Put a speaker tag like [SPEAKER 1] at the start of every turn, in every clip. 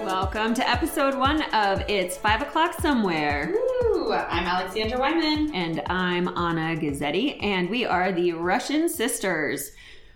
[SPEAKER 1] Welcome to episode one of It's Five O'Clock Somewhere.
[SPEAKER 2] Ooh, I'm Alexandra Wyman.
[SPEAKER 1] And I'm Anna Gazzetti, and we are the Russian Sisters.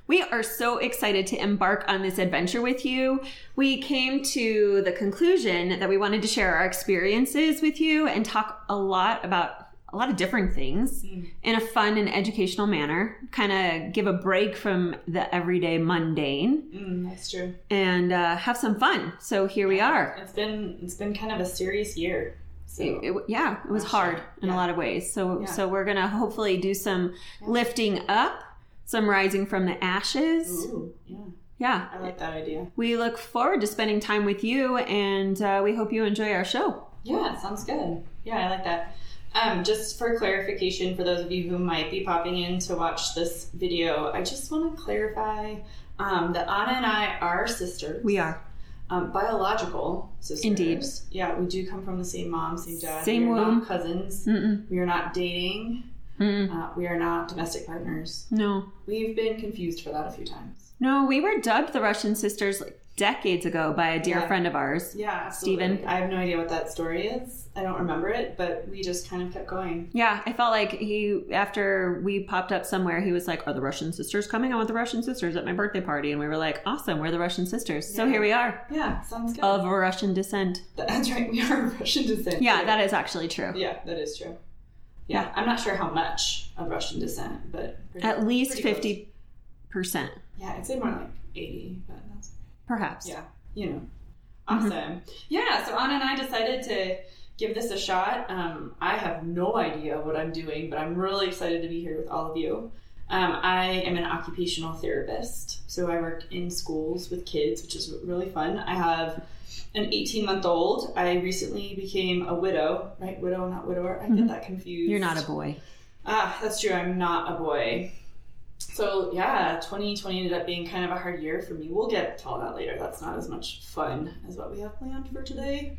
[SPEAKER 1] We are so excited to embark on this adventure with you. We came to the conclusion that we wanted to share our experiences with you and talk a lot about a lot of different things in a fun and educational manner, kind of give a break from the everyday mundane
[SPEAKER 2] Mm, that's true.
[SPEAKER 1] and uh, have some fun. So here we are.
[SPEAKER 2] It's been it's been kind of a serious year. So
[SPEAKER 1] it, it, yeah, it was
[SPEAKER 2] Gosh,
[SPEAKER 1] hard in
[SPEAKER 2] yeah.
[SPEAKER 1] a lot of ways. So
[SPEAKER 2] Yeah.
[SPEAKER 1] so we're gonna hopefully do some
[SPEAKER 2] Yeah.
[SPEAKER 1] lifting up, some rising from the ashes.
[SPEAKER 2] Ooh, yeah,
[SPEAKER 1] Yeah,
[SPEAKER 2] I like that idea.
[SPEAKER 1] we look forward to spending time with you, and uh, we hope you enjoy our show.
[SPEAKER 2] Yeah, sounds good. Yeah, I like that. Um, just for clarification, for those of you who might be popping in to watch this video, I just want to clarify um, that Anna and I are sisters.
[SPEAKER 1] We are
[SPEAKER 2] um, biological sisters.
[SPEAKER 1] Indeed.
[SPEAKER 2] Yeah, we do come from the same mom, same dad.
[SPEAKER 1] Same
[SPEAKER 2] we are
[SPEAKER 1] womb. Mm-hmm.
[SPEAKER 2] Not cousins.
[SPEAKER 1] Mm-mm.
[SPEAKER 2] We are not dating.
[SPEAKER 1] Mm.
[SPEAKER 2] Uh, we are not domestic partners.
[SPEAKER 1] no,
[SPEAKER 2] We've been confused for that a few times.
[SPEAKER 1] no. We were dubbed the Russian sisters like decades ago by a dear
[SPEAKER 2] Yeah.
[SPEAKER 1] friend of ours.
[SPEAKER 2] Yeah, absolutely.
[SPEAKER 1] Steven.
[SPEAKER 2] I have no idea what that story is. I don't remember it, but we just kind of kept going.
[SPEAKER 1] Yeah, I felt like he after we popped up somewhere, he was like, "Are the Russian sisters coming? I want the Russian sisters at my birthday party." And we were like, "Awesome, we're the Russian sisters." So
[SPEAKER 2] Yeah.
[SPEAKER 1] here we are,
[SPEAKER 2] Yeah, sounds good.
[SPEAKER 1] of Russian descent.
[SPEAKER 2] That's right. We are of Russian descent.
[SPEAKER 1] Yeah, that is actually true.
[SPEAKER 2] Yeah, that is true. Yeah, I'm not sure how much of Russian descent, but pretty,
[SPEAKER 1] At least
[SPEAKER 2] pretty
[SPEAKER 1] fifty percent,
[SPEAKER 2] close. Yeah, I'd say more like 80, but that's
[SPEAKER 1] perhaps.
[SPEAKER 2] Yeah, you know.
[SPEAKER 1] Mhm.
[SPEAKER 2] Awesome. Yeah, so Anna and I decided to give this a shot. Um, I have no idea what I'm doing, but I'm really excited to be here with all of you. Um, I am an occupational therapist, so I work in schools with kids, which is really fun. I have an 18 month old. I recently became a widow, right? Widow, not widower. I
[SPEAKER 1] Mhm.
[SPEAKER 2] get that confused.
[SPEAKER 1] You're not a boy.
[SPEAKER 2] Ah, that's true. I'm not a boy. So yeah, 2020 ended up being kind of a hard year for me. We'll get to all that later. That's not as much fun as what we have planned for today.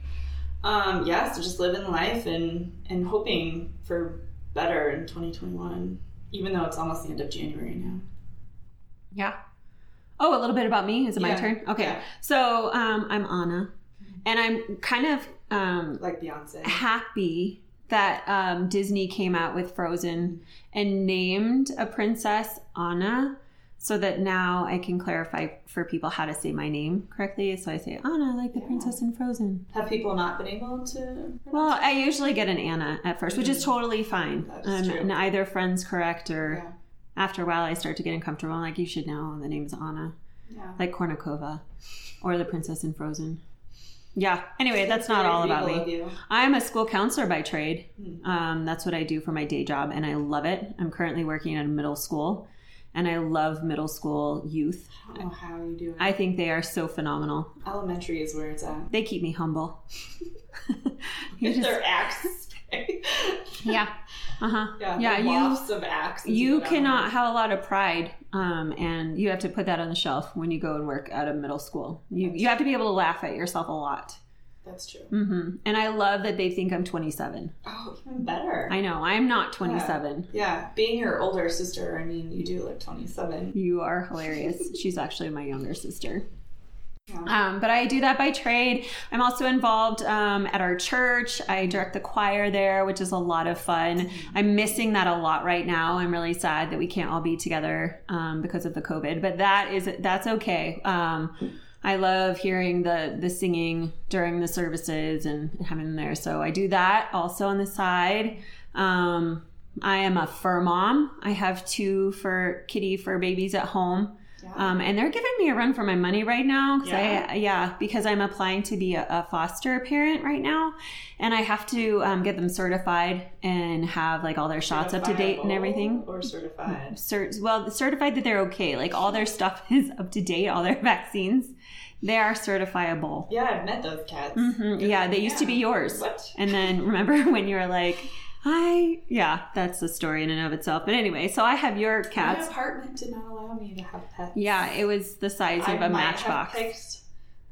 [SPEAKER 2] Um, yeah, so just living life and and hoping for better in 2021, even though it's almost the end of January now.
[SPEAKER 1] Yeah. Oh, a little bit about me. Is it my
[SPEAKER 2] Yeah.
[SPEAKER 1] turn? Okay.
[SPEAKER 2] Yeah.
[SPEAKER 1] So um, I'm Anna, and I'm kind of um,
[SPEAKER 2] Like Beyonce.
[SPEAKER 1] happy that um, Disney came out with Frozen and named a princess Anna. So that now I can clarify for people how to say my name correctly. So I say Anna, like the
[SPEAKER 2] Yeah.
[SPEAKER 1] princess in Frozen.
[SPEAKER 2] Have people not been able to?
[SPEAKER 1] Well, I usually get an Anna at first, which is
[SPEAKER 2] Mhm.
[SPEAKER 1] totally fine.
[SPEAKER 2] That
[SPEAKER 1] Um,
[SPEAKER 2] is true.
[SPEAKER 1] and either friend's correct or
[SPEAKER 2] yeah,
[SPEAKER 1] after a while I start to get uncomfortable. I'm like, you should know the name's Anna,
[SPEAKER 2] yeah.
[SPEAKER 1] like Kornikova or the princess in Frozen. Yeah. Anyway, that's not all about me. I'm a school counselor by trade.
[SPEAKER 2] Hmm.
[SPEAKER 1] Um, that's what I do for my day job, and I love it. I'm currently working at a middle school, and I love middle school youth.
[SPEAKER 2] I don't know how you do it.
[SPEAKER 1] I think they are so phenomenal.
[SPEAKER 2] Elementary is where it's at.
[SPEAKER 1] They keep me humble. You just-
[SPEAKER 2] Their acts.
[SPEAKER 1] yeah. Uh huh.
[SPEAKER 2] Yeah,
[SPEAKER 1] Yeah,
[SPEAKER 2] yeah,
[SPEAKER 1] you-
[SPEAKER 2] wafts of acts. and
[SPEAKER 1] You
[SPEAKER 2] stuff like that.
[SPEAKER 1] cannot have a lot of pride, um, and you have to put that on the shelf when you go and work at a middle school. You you have to be able to laugh at yourself a lot.
[SPEAKER 2] That's true.
[SPEAKER 1] hmm And I love that they think I'm 27.
[SPEAKER 2] Oh, even better.
[SPEAKER 1] I know I am not 27.
[SPEAKER 2] yeah, being your older sister, I mean, you do look 27.
[SPEAKER 1] You are hilarious. She's actually my younger sister.
[SPEAKER 2] Yeah.
[SPEAKER 1] Um, but I do that by trade. I'm also involved um, at our church. I direct the choir there, which is a lot of fun. I'm missing that a lot right now. I'm really sad that we can't all be together um, because of the COVID. But that is that's okay. Um, I love hearing the the singing during the services and having them there. So I do that also on the side. Um, I am a fur mom. I have two fur kitty fur babies at home.
[SPEAKER 2] Yeah.
[SPEAKER 1] Um, and they're giving me a run for my money right now. 'cause
[SPEAKER 2] Yeah.
[SPEAKER 1] I, yeah, because I'm applying to be a, a foster parent right now, and I have to um, get them certified and have like all their shots up to date and
[SPEAKER 2] Certifiable
[SPEAKER 1] everything.
[SPEAKER 2] Or certified.
[SPEAKER 1] Cert- well, certified that they're okay. Like all their stuff is up to date. All their vaccines, they are certifiable.
[SPEAKER 2] Yeah, I've met those cats.
[SPEAKER 1] hmm Yeah, they used to be
[SPEAKER 2] Yeah.
[SPEAKER 1] yours.
[SPEAKER 2] What?
[SPEAKER 1] And then remember when you were like, "I yeah," that's a story in and of itself. But anyway, so I have your
[SPEAKER 2] My
[SPEAKER 1] cats.
[SPEAKER 2] apartment did not allow me to have pets.
[SPEAKER 1] Yeah, it was the size
[SPEAKER 2] I
[SPEAKER 1] of a
[SPEAKER 2] might
[SPEAKER 1] matchbox.
[SPEAKER 2] Have picked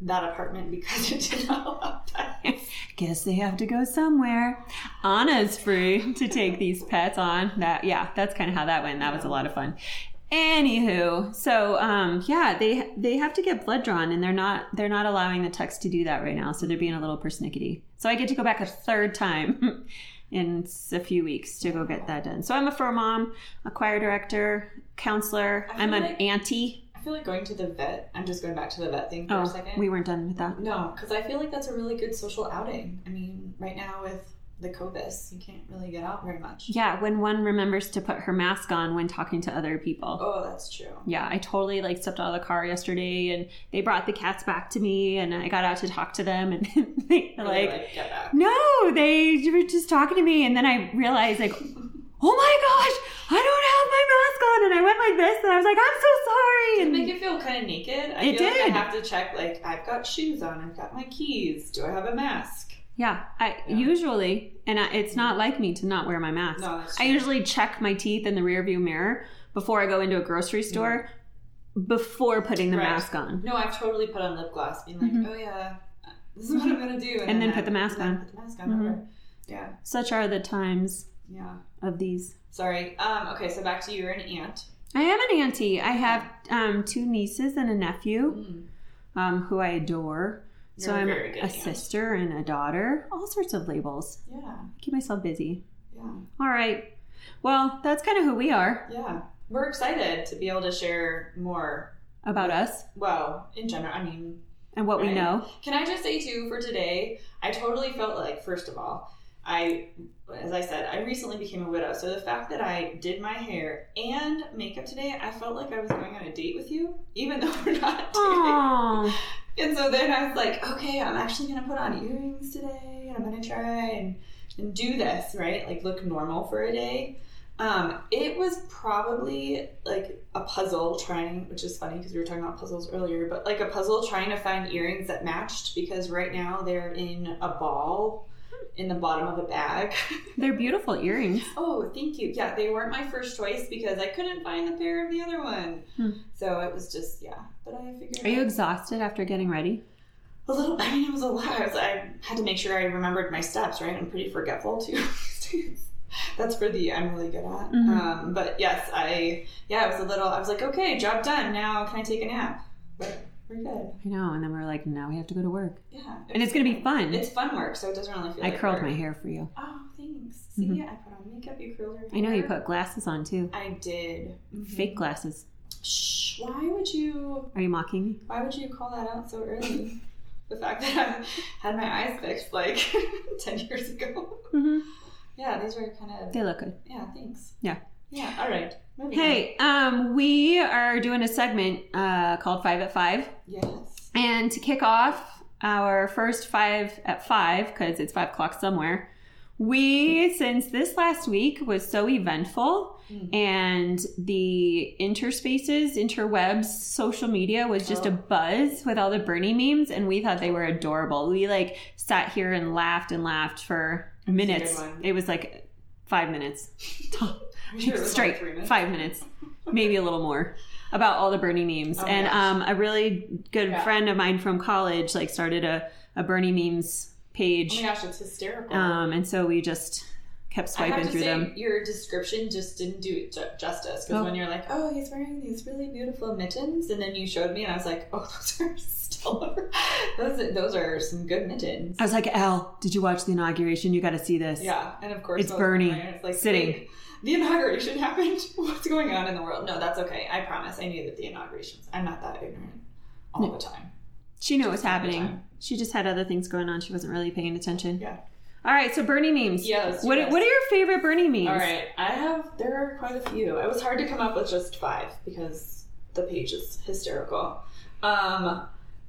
[SPEAKER 2] that apartment because it did not allow pets.
[SPEAKER 1] Guess they have to go somewhere. Anna's free to take these pets on. That yeah, that's kind of how that went. That was a lot of fun. Anywho, so um, yeah, they they have to get blood drawn, and they're not they're not allowing the techs to do that right now, so they're being a little persnickety. So I get to go back a third time in s- a few weeks to go get that done. So I'm a fur mom, a choir director, counselor.
[SPEAKER 2] I feel
[SPEAKER 1] I'm an
[SPEAKER 2] like-
[SPEAKER 1] auntie.
[SPEAKER 2] I feel like going to the vet. I'm just going back to the vet thing for a
[SPEAKER 1] Oh,
[SPEAKER 2] second.
[SPEAKER 1] we weren't done with that.
[SPEAKER 2] No, because I feel like that's a really good social outing. I mean, right now with the COVID, you can't really get out very much.
[SPEAKER 1] Yeah, when one remembers to put her mask on when talking to other people.
[SPEAKER 2] Oh, that's true.
[SPEAKER 1] yeah, I totally like stepped out of the car yesterday and they brought the cats back to me and I got out to talk to them and they were
[SPEAKER 2] Really,
[SPEAKER 1] like,
[SPEAKER 2] get back.
[SPEAKER 1] no, they were just talking to me and then I realized like, oh my gosh, I don't have my mask on and I went like this and I was like, I'm so sorry.
[SPEAKER 2] Did it
[SPEAKER 1] And
[SPEAKER 2] make you feel kind of naked? I
[SPEAKER 1] It
[SPEAKER 2] feel Like
[SPEAKER 1] did.
[SPEAKER 2] I have to check. Like I've got shoes on. I've got my keys. Do I have a mask?
[SPEAKER 1] yeah, I
[SPEAKER 2] Yeah.
[SPEAKER 1] usually, and I, it's not like me to not wear my mask.
[SPEAKER 2] No, that's
[SPEAKER 1] I
[SPEAKER 2] true.
[SPEAKER 1] usually check my teeth in the rearview mirror before I go into a grocery store before putting the
[SPEAKER 2] Right.
[SPEAKER 1] mask on.
[SPEAKER 2] No, I've totally put on lip gloss, being like,
[SPEAKER 1] Mhm.
[SPEAKER 2] oh yeah, this is what I'm gonna do,
[SPEAKER 1] And then
[SPEAKER 2] I-
[SPEAKER 1] put the mask
[SPEAKER 2] and then
[SPEAKER 1] on.
[SPEAKER 2] Put the mask on.
[SPEAKER 1] Mhm.
[SPEAKER 2] over. Yeah,
[SPEAKER 1] Such are the times
[SPEAKER 2] yeah.
[SPEAKER 1] of these.
[SPEAKER 2] Sorry. Um. Okay. So back to you. You're an aunt.
[SPEAKER 1] I am an auntie. I have um, two nieces and a nephew
[SPEAKER 2] Mm.
[SPEAKER 1] um, who I adore.
[SPEAKER 2] You're
[SPEAKER 1] so
[SPEAKER 2] a
[SPEAKER 1] I'm
[SPEAKER 2] very good
[SPEAKER 1] a
[SPEAKER 2] aunt.
[SPEAKER 1] sister and a daughter. All sorts of labels.
[SPEAKER 2] Yeah.
[SPEAKER 1] Keep myself busy.
[SPEAKER 2] Yeah.
[SPEAKER 1] All right. Well, that's kind of who we are
[SPEAKER 2] Yeah. We're excited to be able to share more.
[SPEAKER 1] about us
[SPEAKER 2] Well, in general, I mean,
[SPEAKER 1] and what we
[SPEAKER 2] Right.
[SPEAKER 1] know.
[SPEAKER 2] Can I just say too for today? I totally felt like first of all, I as I said, I recently became a widow. So the fact that I did my hair and makeup today, I felt like I was going on a date with you, even though we're not dating.
[SPEAKER 1] Aww.
[SPEAKER 2] And so then I was like, okay, I'm actually gonna put on earrings today and I'm gonna try and, and do this, right? Like look normal for a day. Um, it was probably like a puzzle trying, which is funny because we were talking about puzzles earlier, but like a puzzle trying to find earrings that matched because right now they're in a ball in the bottom of a bag.
[SPEAKER 1] They're beautiful earrings.
[SPEAKER 2] Oh, thank you. Yeah, they weren't my first choice because I couldn't find the pair of the other one.
[SPEAKER 1] Hmm.
[SPEAKER 2] So it was just, yeah. But I figured
[SPEAKER 1] Are you
[SPEAKER 2] out-
[SPEAKER 1] exhausted after getting ready?
[SPEAKER 2] a little. I mean, it was a lot. I, was, I had to make sure I remembered my steps. Right, I'm pretty forgetful too. That's for the I'm really good at.
[SPEAKER 1] Mhm.
[SPEAKER 2] Um, but yes, I yeah, it was a little. I was like, okay, job done. Now can I take a nap? But we're good.
[SPEAKER 1] I know. And then we are like, now we have to go to work.
[SPEAKER 2] Yeah,
[SPEAKER 1] And it's going to be fun.
[SPEAKER 2] It's fun work, so it doesn't really feel.
[SPEAKER 1] I
[SPEAKER 2] like
[SPEAKER 1] curled
[SPEAKER 2] work.
[SPEAKER 1] my hair for you.
[SPEAKER 2] Oh, thanks. See,
[SPEAKER 1] Mhm.
[SPEAKER 2] I put on makeup. You curled your hair.
[SPEAKER 1] I know you put glasses on too.
[SPEAKER 2] I did. Mhm.
[SPEAKER 1] Fake glasses.
[SPEAKER 2] Shh. Why would you?
[SPEAKER 1] Are you mocking me?
[SPEAKER 2] Why would you call that out so early? the fact that I had my eyes fixed like ten years ago.
[SPEAKER 1] hmm
[SPEAKER 2] Mm-hmm. Yeah, these were kind of
[SPEAKER 1] They look good.
[SPEAKER 2] Yeah, thanks.
[SPEAKER 1] Yeah.
[SPEAKER 2] Yeah, all right. Moving
[SPEAKER 1] Hey, um, we are doing a segment uh, called Five at Five,
[SPEAKER 2] on. Yes.
[SPEAKER 1] and to kick off our first Five at Five, because it's five o'clock somewhere, we since this last week was so eventful,
[SPEAKER 2] Mm.
[SPEAKER 1] and the interspaces, interwebs, social media was just a
[SPEAKER 2] Oh.
[SPEAKER 1] buzz with all the Bernie memes, and we thought they were adorable. We like sat here and laughed and laughed for minutes.
[SPEAKER 2] one.
[SPEAKER 1] It was like five minutes.
[SPEAKER 2] I'm sure it was
[SPEAKER 1] straight
[SPEAKER 2] only three minutes.
[SPEAKER 1] five minutes maybe a little more about all the bernie memes
[SPEAKER 2] Oh my
[SPEAKER 1] and
[SPEAKER 2] gosh.
[SPEAKER 1] um, a really good
[SPEAKER 2] Yeah.
[SPEAKER 1] friend of mine from college like started a, a bernie memes
[SPEAKER 2] Oh
[SPEAKER 1] page
[SPEAKER 2] my gosh, it's hysterical.
[SPEAKER 1] um, and so we just kept
[SPEAKER 2] I have
[SPEAKER 1] swiping
[SPEAKER 2] to
[SPEAKER 1] through
[SPEAKER 2] say,
[SPEAKER 1] them
[SPEAKER 2] your description just didn't do it ju- justice. Because
[SPEAKER 1] Oh.
[SPEAKER 2] when you're like, "Oh, he's wearing these really beautiful mittens," and then you showed me, and I was like, "Oh, those are stellar. those are- those are some good mittens."
[SPEAKER 1] i was like al did you watch the inauguration you got to see this
[SPEAKER 2] Yeah, and of course
[SPEAKER 1] It's
[SPEAKER 2] I was
[SPEAKER 1] Bernie
[SPEAKER 2] wondering, it's like,
[SPEAKER 1] sitting.
[SPEAKER 2] wait, the inauguration happened. What's going on in the world? No, that's okay. I promise. I knew that the inaugurations. I'm not that ignorant all
[SPEAKER 1] No.
[SPEAKER 2] the time.
[SPEAKER 1] she knew what was
[SPEAKER 2] Just another
[SPEAKER 1] happening
[SPEAKER 2] time.
[SPEAKER 1] she just had other things going on she wasn't really paying attention
[SPEAKER 2] Yeah.
[SPEAKER 1] all right so bernie memes
[SPEAKER 2] Yeah, let's do
[SPEAKER 1] what,
[SPEAKER 2] this.
[SPEAKER 1] what are your favorite bernie memes
[SPEAKER 2] All right, I have. There are quite a few. It was hard to come up with just five because the page is hysterical. Um,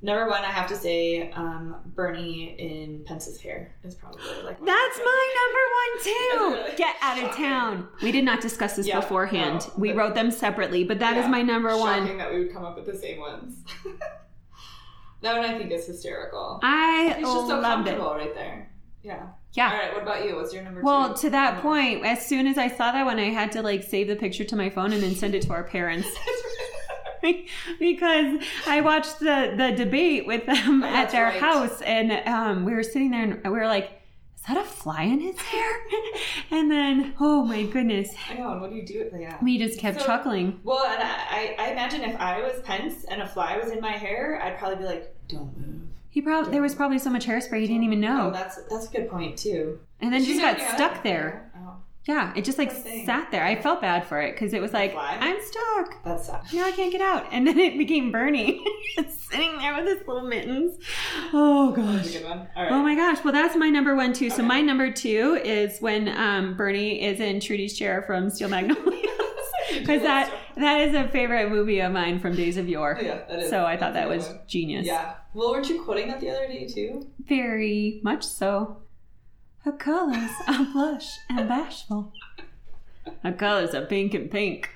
[SPEAKER 2] number one, I have to say, um, Bernie in Pence's hair is probably like one of
[SPEAKER 1] That's
[SPEAKER 2] my
[SPEAKER 1] my number one
[SPEAKER 2] That's
[SPEAKER 1] too.
[SPEAKER 2] really
[SPEAKER 1] Get out of
[SPEAKER 2] shocking.
[SPEAKER 1] town. We did not discuss this
[SPEAKER 2] Yeah,
[SPEAKER 1] beforehand.
[SPEAKER 2] no,
[SPEAKER 1] we
[SPEAKER 2] but-
[SPEAKER 1] wrote them separately, but that is
[SPEAKER 2] Yeah,
[SPEAKER 1] my number one.
[SPEAKER 2] Shocking that we would come up with the same ones. that one I think is hysterical.
[SPEAKER 1] I
[SPEAKER 2] He's just so
[SPEAKER 1] loved it.
[SPEAKER 2] comfortable right there. Yeah. All
[SPEAKER 1] Yeah.
[SPEAKER 2] right. What about you? What's your number
[SPEAKER 1] Well,
[SPEAKER 2] two?
[SPEAKER 1] to that
[SPEAKER 2] Yeah.
[SPEAKER 1] point, as soon as I saw that one, I had to like save the picture to my phone and then send it to our parents because I watched the the debate with them
[SPEAKER 2] Oh,
[SPEAKER 1] at
[SPEAKER 2] that's
[SPEAKER 1] their
[SPEAKER 2] right.
[SPEAKER 1] house, and um, we were sitting there and we were like. is that a fly in his hair? and then, oh my goodness,
[SPEAKER 2] I know. And what do you do with that?
[SPEAKER 1] we just kept
[SPEAKER 2] So-
[SPEAKER 1] chuckling.
[SPEAKER 2] Well, and I, I imagine if I was Pence and a fly was in my hair, I'd probably be like, "Don't move."
[SPEAKER 1] He probably there was probably so much hairspray he didn't even
[SPEAKER 2] Oh,
[SPEAKER 1] know,
[SPEAKER 2] that's that's a good point too.
[SPEAKER 1] and then
[SPEAKER 2] She
[SPEAKER 1] just got
[SPEAKER 2] got-
[SPEAKER 1] stuck there.
[SPEAKER 2] Oh,
[SPEAKER 1] Yeah, it just like
[SPEAKER 2] Poor thing.
[SPEAKER 1] sat there. I felt bad for it because it was like
[SPEAKER 2] Fly?
[SPEAKER 1] I'm stuck.
[SPEAKER 2] that sucks.
[SPEAKER 1] Now I can't get out, and then it became Bernie sitting there with his little mittens. Oh
[SPEAKER 2] That's
[SPEAKER 1] gosh.
[SPEAKER 2] a good one. All right.
[SPEAKER 1] Oh my gosh. Well, that's my number one too. So
[SPEAKER 2] Okay.
[SPEAKER 1] my number two is when um, Bernie is in Trudy's chair from Steel Magnolias. Because that that is a favorite movie of mine from Days of Yore.
[SPEAKER 2] Yeah, that is.
[SPEAKER 1] So I
[SPEAKER 2] That's
[SPEAKER 1] thought
[SPEAKER 2] a
[SPEAKER 1] that
[SPEAKER 2] good
[SPEAKER 1] was
[SPEAKER 2] one.
[SPEAKER 1] genius.
[SPEAKER 2] Yeah. Well, weren't you quoting that the other day too?
[SPEAKER 1] Very much so. Her colors are blush and bashful. Her colors are pink and pink.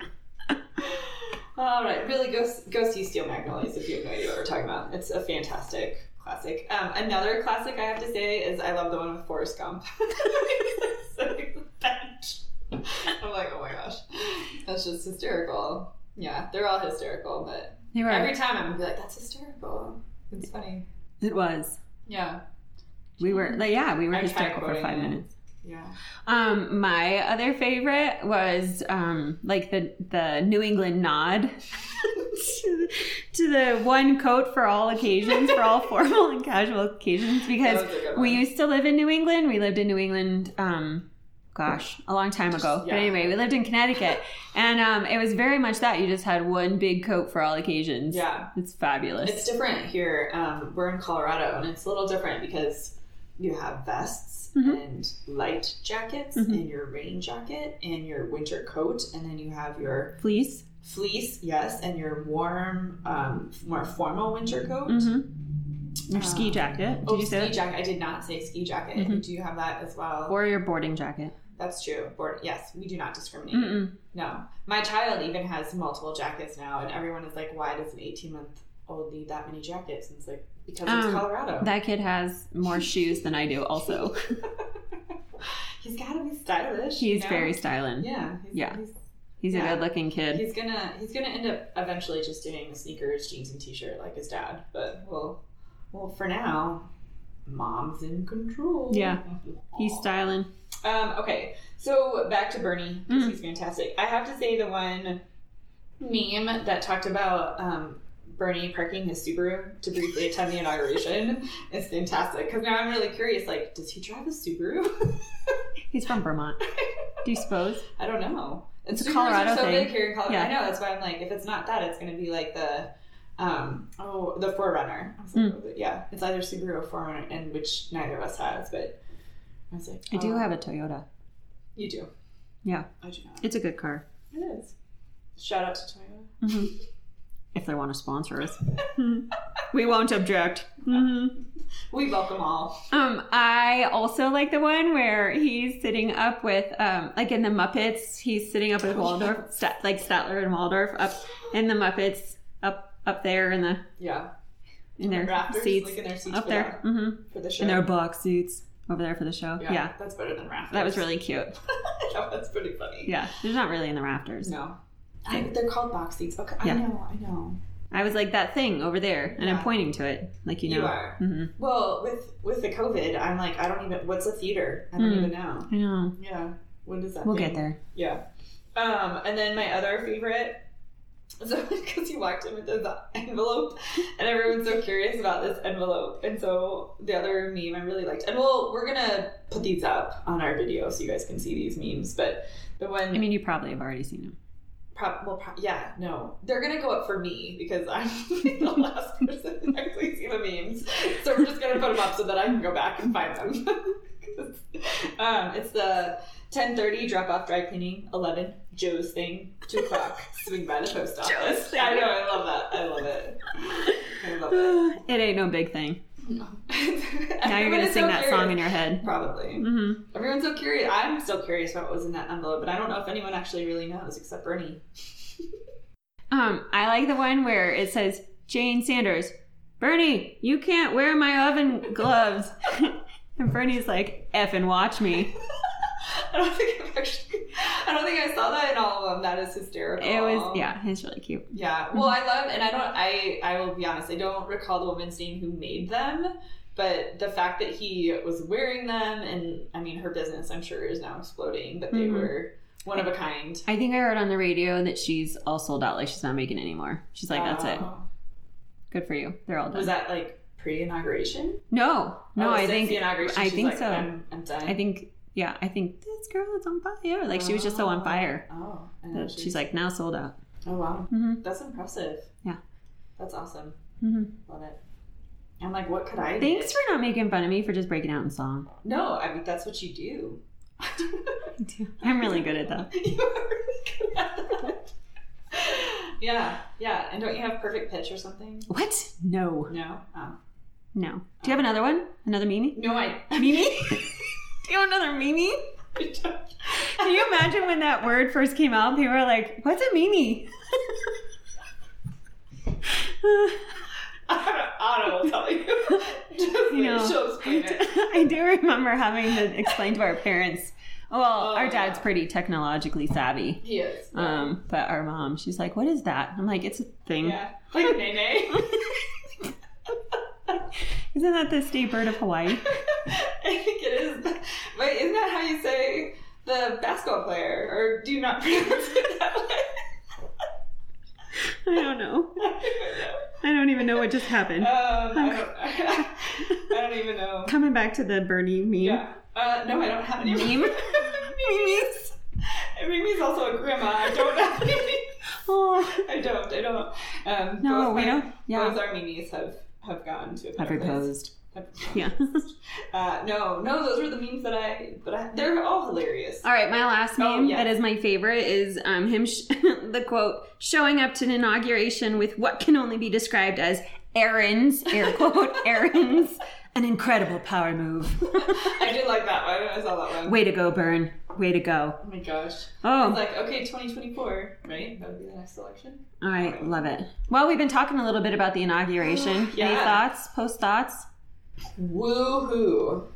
[SPEAKER 2] All right, really go go see Steel Magnolias if you have no idea what we're talking about. It's a fantastic classic. Um, another classic I have to say is I love the one with Forrest Gump. Sitting on the bench. I'm like, oh my gosh, that's just hysterical. Yeah, they're all hysterical, but
[SPEAKER 1] They were.
[SPEAKER 2] every time I'm gonna be like, that's hysterical. It's funny.
[SPEAKER 1] it was.
[SPEAKER 2] Yeah,
[SPEAKER 1] We were. Like, yeah, we were
[SPEAKER 2] I tried
[SPEAKER 1] hysterical for
[SPEAKER 2] quoting
[SPEAKER 1] five
[SPEAKER 2] it.
[SPEAKER 1] minutes.
[SPEAKER 2] yeah.
[SPEAKER 1] Um, my other favorite was um, like the the New England nod to, to the one coat for all occasions, for all formal and casual occasions, because
[SPEAKER 2] That was a good
[SPEAKER 1] we
[SPEAKER 2] one.
[SPEAKER 1] used to live in New England. We lived in New England, um, gosh, a long time ago.
[SPEAKER 2] Yeah.
[SPEAKER 1] But anyway, we lived in Connecticut, and um, it was very much that you just had one big coat for all occasions.
[SPEAKER 2] yeah.
[SPEAKER 1] It's fabulous.
[SPEAKER 2] It's different here. Um, we're in Colorado, and it's a little different because you have vests
[SPEAKER 1] Mhm.
[SPEAKER 2] and light jackets
[SPEAKER 1] Mhm.
[SPEAKER 2] and your rain jacket and your winter coat, and then you have your
[SPEAKER 1] Fleece.
[SPEAKER 2] fleece, yes, and your warm, um, more formal winter coat.
[SPEAKER 1] Mm-hmm. Your ski
[SPEAKER 2] Um,
[SPEAKER 1] jacket. Did
[SPEAKER 2] Oh,
[SPEAKER 1] you
[SPEAKER 2] ski
[SPEAKER 1] say that?
[SPEAKER 2] jacket. I did not say ski jacket.
[SPEAKER 1] Mhm.
[SPEAKER 2] Do you have that as well?
[SPEAKER 1] Or your boarding jacket.
[SPEAKER 2] That's true. Or, yes, we do not discriminate.
[SPEAKER 1] Mm-mm.
[SPEAKER 2] No. My child even has multiple jackets now, and everyone is like, why does an 18 month old need that many jackets? And it's like, because it's
[SPEAKER 1] Um,
[SPEAKER 2] Colorado.
[SPEAKER 1] That kid has more shoes than I do, also.
[SPEAKER 2] He's got to be stylish. you
[SPEAKER 1] He's
[SPEAKER 2] know?
[SPEAKER 1] very styling.
[SPEAKER 2] yeah. He's,
[SPEAKER 1] Yeah.
[SPEAKER 2] He's,
[SPEAKER 1] He's
[SPEAKER 2] Yeah.
[SPEAKER 1] a good looking kid.
[SPEAKER 2] he's gonna he's gonna end up eventually just doing the sneakers, jeans, and t-shirt like his dad. But well, well for now, mom's in control.
[SPEAKER 1] Yeah. He's styling.
[SPEAKER 2] Um, okay, so back to Bernie. 'cause
[SPEAKER 1] Mm.
[SPEAKER 2] He's fantastic. I have to say the one meme that talked about um, Bernie parking his Subaru to briefly attend the inauguration is fantastic. Because now I'm really curious. Like, does he drive a Subaru?
[SPEAKER 1] He's from Vermont. Do you suppose?
[SPEAKER 2] I don't know.
[SPEAKER 1] It's a
[SPEAKER 2] Subarus are
[SPEAKER 1] Colorado
[SPEAKER 2] so
[SPEAKER 1] thing.
[SPEAKER 2] big here in Colorado.
[SPEAKER 1] Yeah.
[SPEAKER 2] I know. That's why I'm like, if it's not that, it's going to be like the, um, oh, the Forerunner. I was
[SPEAKER 1] Hmm.
[SPEAKER 2] like, oh, Yeah, it's either Subaru or Forerunner, and which neither of us has. But I was like,
[SPEAKER 1] I do
[SPEAKER 2] oh,
[SPEAKER 1] have a Toyota.
[SPEAKER 2] You do.
[SPEAKER 1] Yeah.
[SPEAKER 2] I do not.
[SPEAKER 1] It's a good car.
[SPEAKER 2] It is. Shout out to Toyota.
[SPEAKER 1] Mhm. If they want to sponsor us,
[SPEAKER 2] Mm-hmm.
[SPEAKER 1] Mhm. we won't object. Mhm.
[SPEAKER 2] We welcome all.
[SPEAKER 1] Um, I also like the one where he's sitting up with, um, like in the Muppets, he's sitting up with Waldorf, Stat- like Statler and Waldorf up in the Muppets, up up there in the
[SPEAKER 2] Yeah.
[SPEAKER 1] in their
[SPEAKER 2] Rafters,
[SPEAKER 1] seats,
[SPEAKER 2] like in their seats
[SPEAKER 1] up
[SPEAKER 2] for
[SPEAKER 1] there. hmm
[SPEAKER 2] the- for the show.
[SPEAKER 1] in their box seats over there for the show. Yeah.
[SPEAKER 2] That's better than rafters.
[SPEAKER 1] That was really cute.
[SPEAKER 2] that was pretty funny.
[SPEAKER 1] Yeah. There's not really in the rafters.
[SPEAKER 2] No. I, they're called box seats. Okay.
[SPEAKER 1] Yeah.
[SPEAKER 2] I know. I know.
[SPEAKER 1] I was like that thing over there and
[SPEAKER 2] Yeah.
[SPEAKER 1] I'm pointing to it like you know.
[SPEAKER 2] You are.
[SPEAKER 1] hmm
[SPEAKER 2] Well, with with the COVID, I'm like, I don't even. What's a theater? I don't
[SPEAKER 1] Mm.
[SPEAKER 2] even know.
[SPEAKER 1] I know.
[SPEAKER 2] Yeah. When does that?
[SPEAKER 1] We'll
[SPEAKER 2] thing-
[SPEAKER 1] get there.
[SPEAKER 2] Yeah. Um, and then my other favorite. So, because he walked in with his envelope, and everyone's so curious about this envelope, and so the other meme I really liked, and well, we're gonna put these up on our video so you guys can see these memes. But the one,
[SPEAKER 1] I mean, you probably have already seen him.
[SPEAKER 2] prob- well, pro- yeah, no, they're gonna go up for me because I'm the last person to actually see the memes. So we're just gonna put them up so that I can go back and find them. 'Cause, um, it's the 10:30 drop off dry cleaning, 11 Joe's thing, two o'clock swing by the post office.
[SPEAKER 1] Joe's thing.
[SPEAKER 2] I know, I love that. I love it. I love it.
[SPEAKER 1] it ain't no big thing. Now you're
[SPEAKER 2] Everyone
[SPEAKER 1] gonna
[SPEAKER 2] is
[SPEAKER 1] sing
[SPEAKER 2] so Mm-hmm.
[SPEAKER 1] that
[SPEAKER 2] curious.
[SPEAKER 1] song in your head.
[SPEAKER 2] Probably.
[SPEAKER 1] hmm
[SPEAKER 2] Everyone's so curious. I'm still curious about what was in that envelope, but I don't know if anyone actually really knows except Bernie.
[SPEAKER 1] Um, I like the one where it says Jane Sanders, Bernie, you can't wear my oven gloves. and Bernie's like, effing watch me.
[SPEAKER 2] I don't think I've actually. I don't think I saw that in all of them. That is hysterical.
[SPEAKER 1] It was yeah, Mm-hmm. it's really cute.
[SPEAKER 2] Yeah. Well, I love, and I don't. I I will be honest. I don't recall the woman's name who made them. But the fact that he was wearing them, and I mean, her business, I'm sure, is now exploding, but they
[SPEAKER 1] Mhm.
[SPEAKER 2] were one of a kind.
[SPEAKER 1] I think I heard on the radio that she's all sold out. Like she's not making any more. She's like, that's it.
[SPEAKER 2] Wow.
[SPEAKER 1] Good for you. They're all done.
[SPEAKER 2] Um, Was Oh, that like pre inauguration?
[SPEAKER 1] no, no. I think
[SPEAKER 2] the inauguration,
[SPEAKER 1] I
[SPEAKER 2] she's
[SPEAKER 1] think
[SPEAKER 2] like,
[SPEAKER 1] so.
[SPEAKER 2] I'm, I'm done.
[SPEAKER 1] I think yeah. I think this girl is on fire. Like she was just so on
[SPEAKER 2] Oh.
[SPEAKER 1] fire.
[SPEAKER 2] Oh, I know
[SPEAKER 1] That she's like now sold out.
[SPEAKER 2] oh wow.
[SPEAKER 1] hmm
[SPEAKER 2] That's impressive.
[SPEAKER 1] Yeah.
[SPEAKER 2] That's awesome.
[SPEAKER 1] hmm
[SPEAKER 2] Love it. I'm like, what could I
[SPEAKER 1] Thanks for not making fun of me for just breaking out in song.
[SPEAKER 2] do? No, I mean, that's what you do.
[SPEAKER 1] I'm really good at that.
[SPEAKER 2] You are really good at that. yeah, yeah. And don't you have perfect pitch or something?
[SPEAKER 1] What? No,
[SPEAKER 2] No. Oh.
[SPEAKER 1] no. Do you have another one? Another meanie?
[SPEAKER 2] No, I.
[SPEAKER 1] Meanie? Do you have another meanie?
[SPEAKER 2] I don't.
[SPEAKER 1] Can you imagine when that word first came out? People were like, "What's a meanie?"
[SPEAKER 2] Anna will tell you.
[SPEAKER 1] You
[SPEAKER 2] Just like,
[SPEAKER 1] know,
[SPEAKER 2] she'll explain it.
[SPEAKER 1] I do remember having to explain to our parents. Well,
[SPEAKER 2] Oh,
[SPEAKER 1] our dad's
[SPEAKER 2] yeah.
[SPEAKER 1] pretty technologically savvy.
[SPEAKER 2] He is.
[SPEAKER 1] Um, but our mom, she's like, "What is that?" I'm like, "It's a thing.
[SPEAKER 2] yeah. Like Nene.
[SPEAKER 1] Isn't that the state bird of Hawaii?"
[SPEAKER 2] I think it is. But isn't that how you say the basketball player? Or do you not pronounce it that
[SPEAKER 1] I don't know.
[SPEAKER 2] way?
[SPEAKER 1] I don't even know what just happened.
[SPEAKER 2] um, I, don't, I don't even know.
[SPEAKER 1] Coming back to the Bernie meme.
[SPEAKER 2] Yeah. Uh, no, I don't have any
[SPEAKER 1] Meme?
[SPEAKER 2] Mimi's. Mimi's also a grandma. I don't have any.
[SPEAKER 1] Oh
[SPEAKER 2] I don't. I don't. Um,
[SPEAKER 1] no,
[SPEAKER 2] both
[SPEAKER 1] we
[SPEAKER 2] my-
[SPEAKER 1] don't. Yeah,
[SPEAKER 2] Both our Mimi's have, have gone to a
[SPEAKER 1] I've
[SPEAKER 2] better place.
[SPEAKER 1] reposed.
[SPEAKER 2] Have-
[SPEAKER 1] Yeah.
[SPEAKER 2] Uh, no, no, those were the memes that I. But I, they're all hilarious.
[SPEAKER 1] All right, my last
[SPEAKER 2] Oh,
[SPEAKER 1] meme
[SPEAKER 2] yes.
[SPEAKER 1] that is my favorite is um, him, sh- the quote, showing up to an inauguration with what can only be described as errands, air quote, errands, an incredible power move.
[SPEAKER 2] I did like that one. I saw that one.
[SPEAKER 1] Way to go, Bern. Way to go.
[SPEAKER 2] Oh my gosh. I was
[SPEAKER 1] Oh,
[SPEAKER 2] like, okay, 2024, right? That would be the next election.
[SPEAKER 1] I love it. Well, we've been talking a little bit about the inauguration. Any
[SPEAKER 2] Yeah.
[SPEAKER 1] thoughts, post thoughts?
[SPEAKER 2] Woohoo.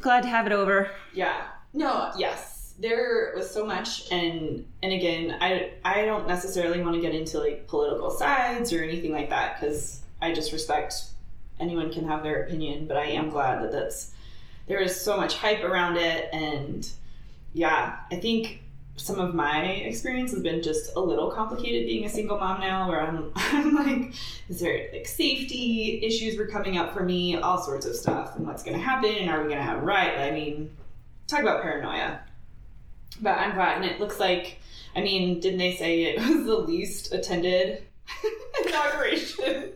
[SPEAKER 1] Glad to have it over.
[SPEAKER 2] Yeah. No, yes. There was so much and and again, I I don't necessarily want to get into like political sides or anything like that cuz I just respect anyone can have their opinion, but I am glad that that's there is so much hype around it and yeah, I think some of my experience has been just a little complicated being a single mom now where I'm, I'm like is there like safety issues were coming up for me all sorts of stuff and what's going to happen and are we going to have right i mean talk about paranoia. But I'm glad, and it looks like, I mean, didn't they say it was the least attended inauguration?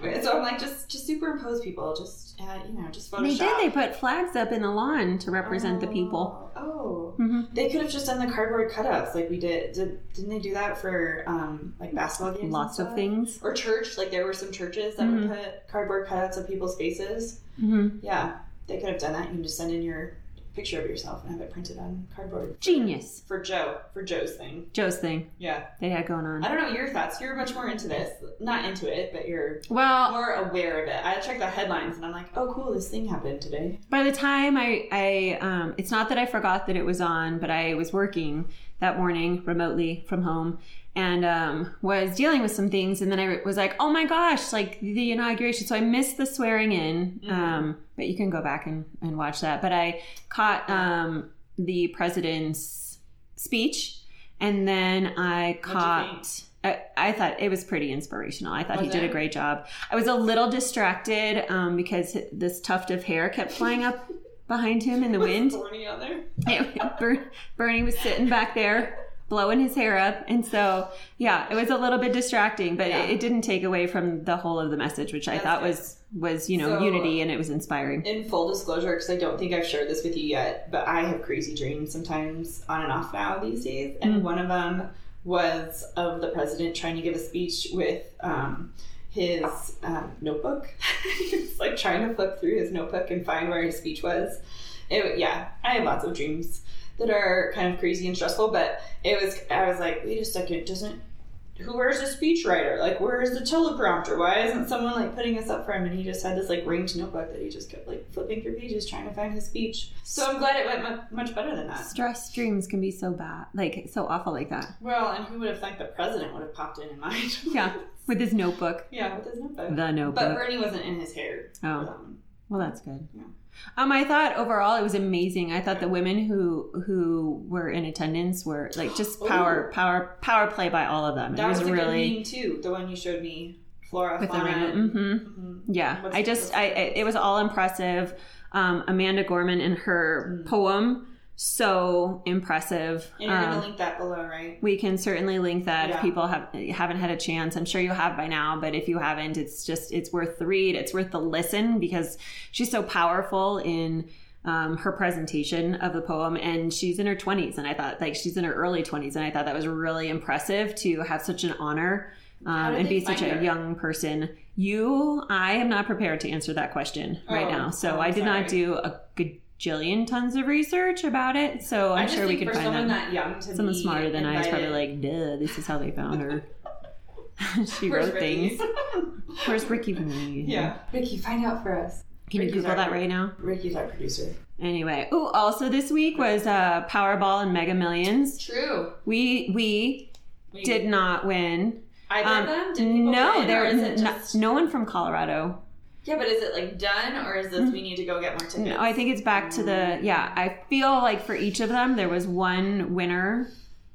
[SPEAKER 2] so I'm like, just just superimpose people, just uh, you know, just Photoshop.
[SPEAKER 1] They did. They put flags up in the lawn to represent the people.
[SPEAKER 2] Oh,
[SPEAKER 1] hmm
[SPEAKER 2] they could have just done the cardboard cutouts like we did. did didn't they do that for um, like basketball games? and
[SPEAKER 1] Lots of
[SPEAKER 2] stuff?
[SPEAKER 1] things. Mm-hmm.
[SPEAKER 2] Or church, like there were some churches that would put cardboard cutouts of people's faces.
[SPEAKER 1] hmm
[SPEAKER 2] Yeah, they could have done that. You can just send in your picture of yourself and have it printed on cardboard.
[SPEAKER 1] Genius.
[SPEAKER 2] for Joe for Joe's thing.
[SPEAKER 1] Joe's thing
[SPEAKER 2] Yeah,
[SPEAKER 1] they had going on.
[SPEAKER 2] I don't know your thoughts. You're much more into this, not into it, but you're
[SPEAKER 1] Well,
[SPEAKER 2] more aware of it. I check the headlines and I'm like, oh, cool, this thing happened today.
[SPEAKER 1] by the time I, I, um, it's not that I forgot that it was on, but I was working that morning remotely from home and um, was dealing with some things, and then I was like, oh my gosh, like the inauguration. So I missed the swearing in,
[SPEAKER 2] Mm-hmm.
[SPEAKER 1] um, but you can go back and, and watch that. But I caught um, the president's speech, and then I
[SPEAKER 2] you
[SPEAKER 1] caught. I, I thought it was pretty inspirational. I thought he
[SPEAKER 2] Was
[SPEAKER 1] did a
[SPEAKER 2] it?
[SPEAKER 1] great job. I was a little distracted um, because this tuft of hair kept flying up behind him in the wind.
[SPEAKER 2] Thorny out there.
[SPEAKER 1] Ber- Bernie was sitting back there blowing his hair up. And so, yeah, it was a little bit distracting, but
[SPEAKER 2] Yeah.
[SPEAKER 1] it, it didn't take away from the whole of the message, which I
[SPEAKER 2] That's
[SPEAKER 1] thought
[SPEAKER 2] good.
[SPEAKER 1] was, was, you know,
[SPEAKER 2] So-
[SPEAKER 1] unity and it was inspiring.
[SPEAKER 2] In full disclosure, because I don't think I've shared this with you yet, but I have crazy dreams sometimes on and off now these days, and
[SPEAKER 1] Mm.
[SPEAKER 2] one of them was of the president trying to give a speech with um, his um, notebook. He's like trying to flip through his notebook and find where his speech was. It, yeah, I have lots of dreams that are kind of crazy and stressful, but it was. I was like, wait a second, doesn't who where's the speechwriter? Like, where is the teleprompter? Why isn't someone like putting this up for him? And he just had this like ringed notebook that he just kept like flipping through pages trying to find his speech. So I'm glad it went mu- much better than that.
[SPEAKER 1] Stress dreams can be so bad, like so awful like that.
[SPEAKER 2] Well, and who would have thought the president would have popped in in mind?
[SPEAKER 1] Yeah. With his notebook.
[SPEAKER 2] yeah, with his notebook.
[SPEAKER 1] The
[SPEAKER 2] But
[SPEAKER 1] notebook.
[SPEAKER 2] Bernie wasn't in his hair. Um, for
[SPEAKER 1] Oh,
[SPEAKER 2] that one.
[SPEAKER 1] Well, that's good.
[SPEAKER 2] Yeah.
[SPEAKER 1] Um, I thought overall it was amazing. I thought the women who who were in attendance were like just power
[SPEAKER 2] Ooh.
[SPEAKER 1] power power play by all of them.
[SPEAKER 2] Oh. That
[SPEAKER 1] it
[SPEAKER 2] was,
[SPEAKER 1] was,
[SPEAKER 2] a good
[SPEAKER 1] really
[SPEAKER 2] meme too. The one you showed me, Flora
[SPEAKER 1] with the
[SPEAKER 2] fauna.
[SPEAKER 1] hmm
[SPEAKER 2] Mhm.
[SPEAKER 1] Yeah,
[SPEAKER 2] What's-
[SPEAKER 1] I just
[SPEAKER 2] what's-
[SPEAKER 1] I I- it was all impressive. Um, Amanda Gorman and her
[SPEAKER 2] Mm.
[SPEAKER 1] poem so impressive.
[SPEAKER 2] And you're
[SPEAKER 1] Um,
[SPEAKER 2] gonna link that below, right?
[SPEAKER 1] we can certainly link that if
[SPEAKER 2] Yeah.
[SPEAKER 1] people have haven't had a chance. I'm sure you have by now, but if you haven't, it's just it's worth the read. It's worth the listen because she's so powerful in um, her presentation of the poem, and she's in her 20s, and I thought like she's in her early 20s, and I thought that was really impressive to have such an honor
[SPEAKER 2] How
[SPEAKER 1] um,
[SPEAKER 2] did
[SPEAKER 1] and
[SPEAKER 2] they
[SPEAKER 1] be such
[SPEAKER 2] find
[SPEAKER 1] a
[SPEAKER 2] her?
[SPEAKER 1] young person. You, I am not prepared to answer that question right
[SPEAKER 2] Oh,
[SPEAKER 1] now, so
[SPEAKER 2] I'm
[SPEAKER 1] I did not
[SPEAKER 2] sorry.
[SPEAKER 1] do a gajillion tons of research about it. So I'm
[SPEAKER 2] I just
[SPEAKER 1] sure we
[SPEAKER 2] think
[SPEAKER 1] could
[SPEAKER 2] for
[SPEAKER 1] find
[SPEAKER 2] someone
[SPEAKER 1] them.
[SPEAKER 2] that young to
[SPEAKER 1] Someone
[SPEAKER 2] be
[SPEAKER 1] smarter than I is probably
[SPEAKER 2] invited-
[SPEAKER 1] like, duh, this is how they found her. she
[SPEAKER 2] Where's
[SPEAKER 1] wrote
[SPEAKER 2] Ricky?
[SPEAKER 1] things. Where's Ricky? Lee?
[SPEAKER 2] yeah, Ricky, find out for us.
[SPEAKER 1] Can you
[SPEAKER 2] Ricky's
[SPEAKER 1] Google that
[SPEAKER 2] our-
[SPEAKER 1] right now?
[SPEAKER 2] Ricky's our producer.
[SPEAKER 1] Anyway. Ooh, also this week was uh, Powerball and Mega Millions.
[SPEAKER 2] True.
[SPEAKER 1] We we
[SPEAKER 2] We,
[SPEAKER 1] did not win.
[SPEAKER 2] either
[SPEAKER 1] um,
[SPEAKER 2] of them? Did people
[SPEAKER 1] No,
[SPEAKER 2] win, or
[SPEAKER 1] there
[SPEAKER 2] is it
[SPEAKER 1] is no,
[SPEAKER 2] just-
[SPEAKER 1] no one from Colorado.
[SPEAKER 2] Yeah, but is it like done, or is this we need to go get more tickets?
[SPEAKER 1] No, I think it's back to the yeah. I feel like for each of them there was one winner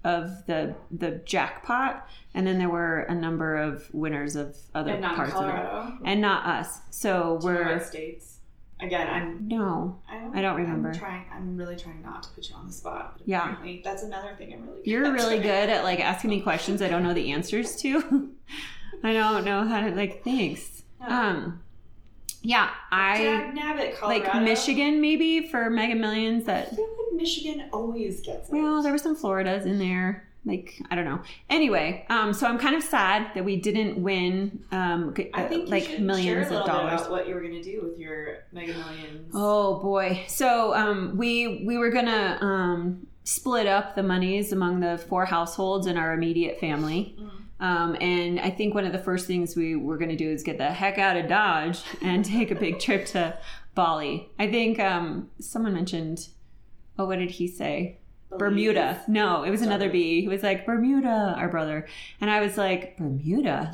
[SPEAKER 1] of the the jackpot, and then there were a number of winners of other
[SPEAKER 2] and not
[SPEAKER 1] parts of it.
[SPEAKER 2] Colorado.
[SPEAKER 1] and not us. So
[SPEAKER 2] Do you know
[SPEAKER 1] we're
[SPEAKER 2] what states. Again, I'm.
[SPEAKER 1] no,
[SPEAKER 2] I don't,
[SPEAKER 1] I don't remember.
[SPEAKER 2] I'm trying. I'm really trying not to put you on the spot. But
[SPEAKER 1] Yeah.
[SPEAKER 2] apparently that's another thing I'm really. Good
[SPEAKER 1] you're
[SPEAKER 2] at.
[SPEAKER 1] really good at like asking me questions I don't know the answers to. I don't know how to like. Thanks.
[SPEAKER 2] Yeah.
[SPEAKER 1] Um, yeah, I
[SPEAKER 2] Jack Nabbit, Colorado.
[SPEAKER 1] like Michigan maybe for Mega Millions.
[SPEAKER 2] I
[SPEAKER 1] That
[SPEAKER 2] feel like Michigan always gets it.
[SPEAKER 1] well, there were some Floridas in there. Like I don't know. Anyway, um, so I'm kind of sad that we didn't win. Um, g-
[SPEAKER 2] I think you
[SPEAKER 1] like
[SPEAKER 2] should
[SPEAKER 1] millions
[SPEAKER 2] share a
[SPEAKER 1] of
[SPEAKER 2] little bit
[SPEAKER 1] dollars.
[SPEAKER 2] about what you were going to do with your Mega Millions.
[SPEAKER 1] Oh boy. So um, we we were gonna um, split up the monies among the four households in our immediate family.
[SPEAKER 2] Mhm.
[SPEAKER 1] Um, and I think one of the first things we were gonna do is get the heck out of Dodge and take a big trip to Bali. I think um, someone mentioned. Oh, what did he say? Bermuda. No, it was another B. He was like, Bermuda, our brother. And I was like, Bermuda?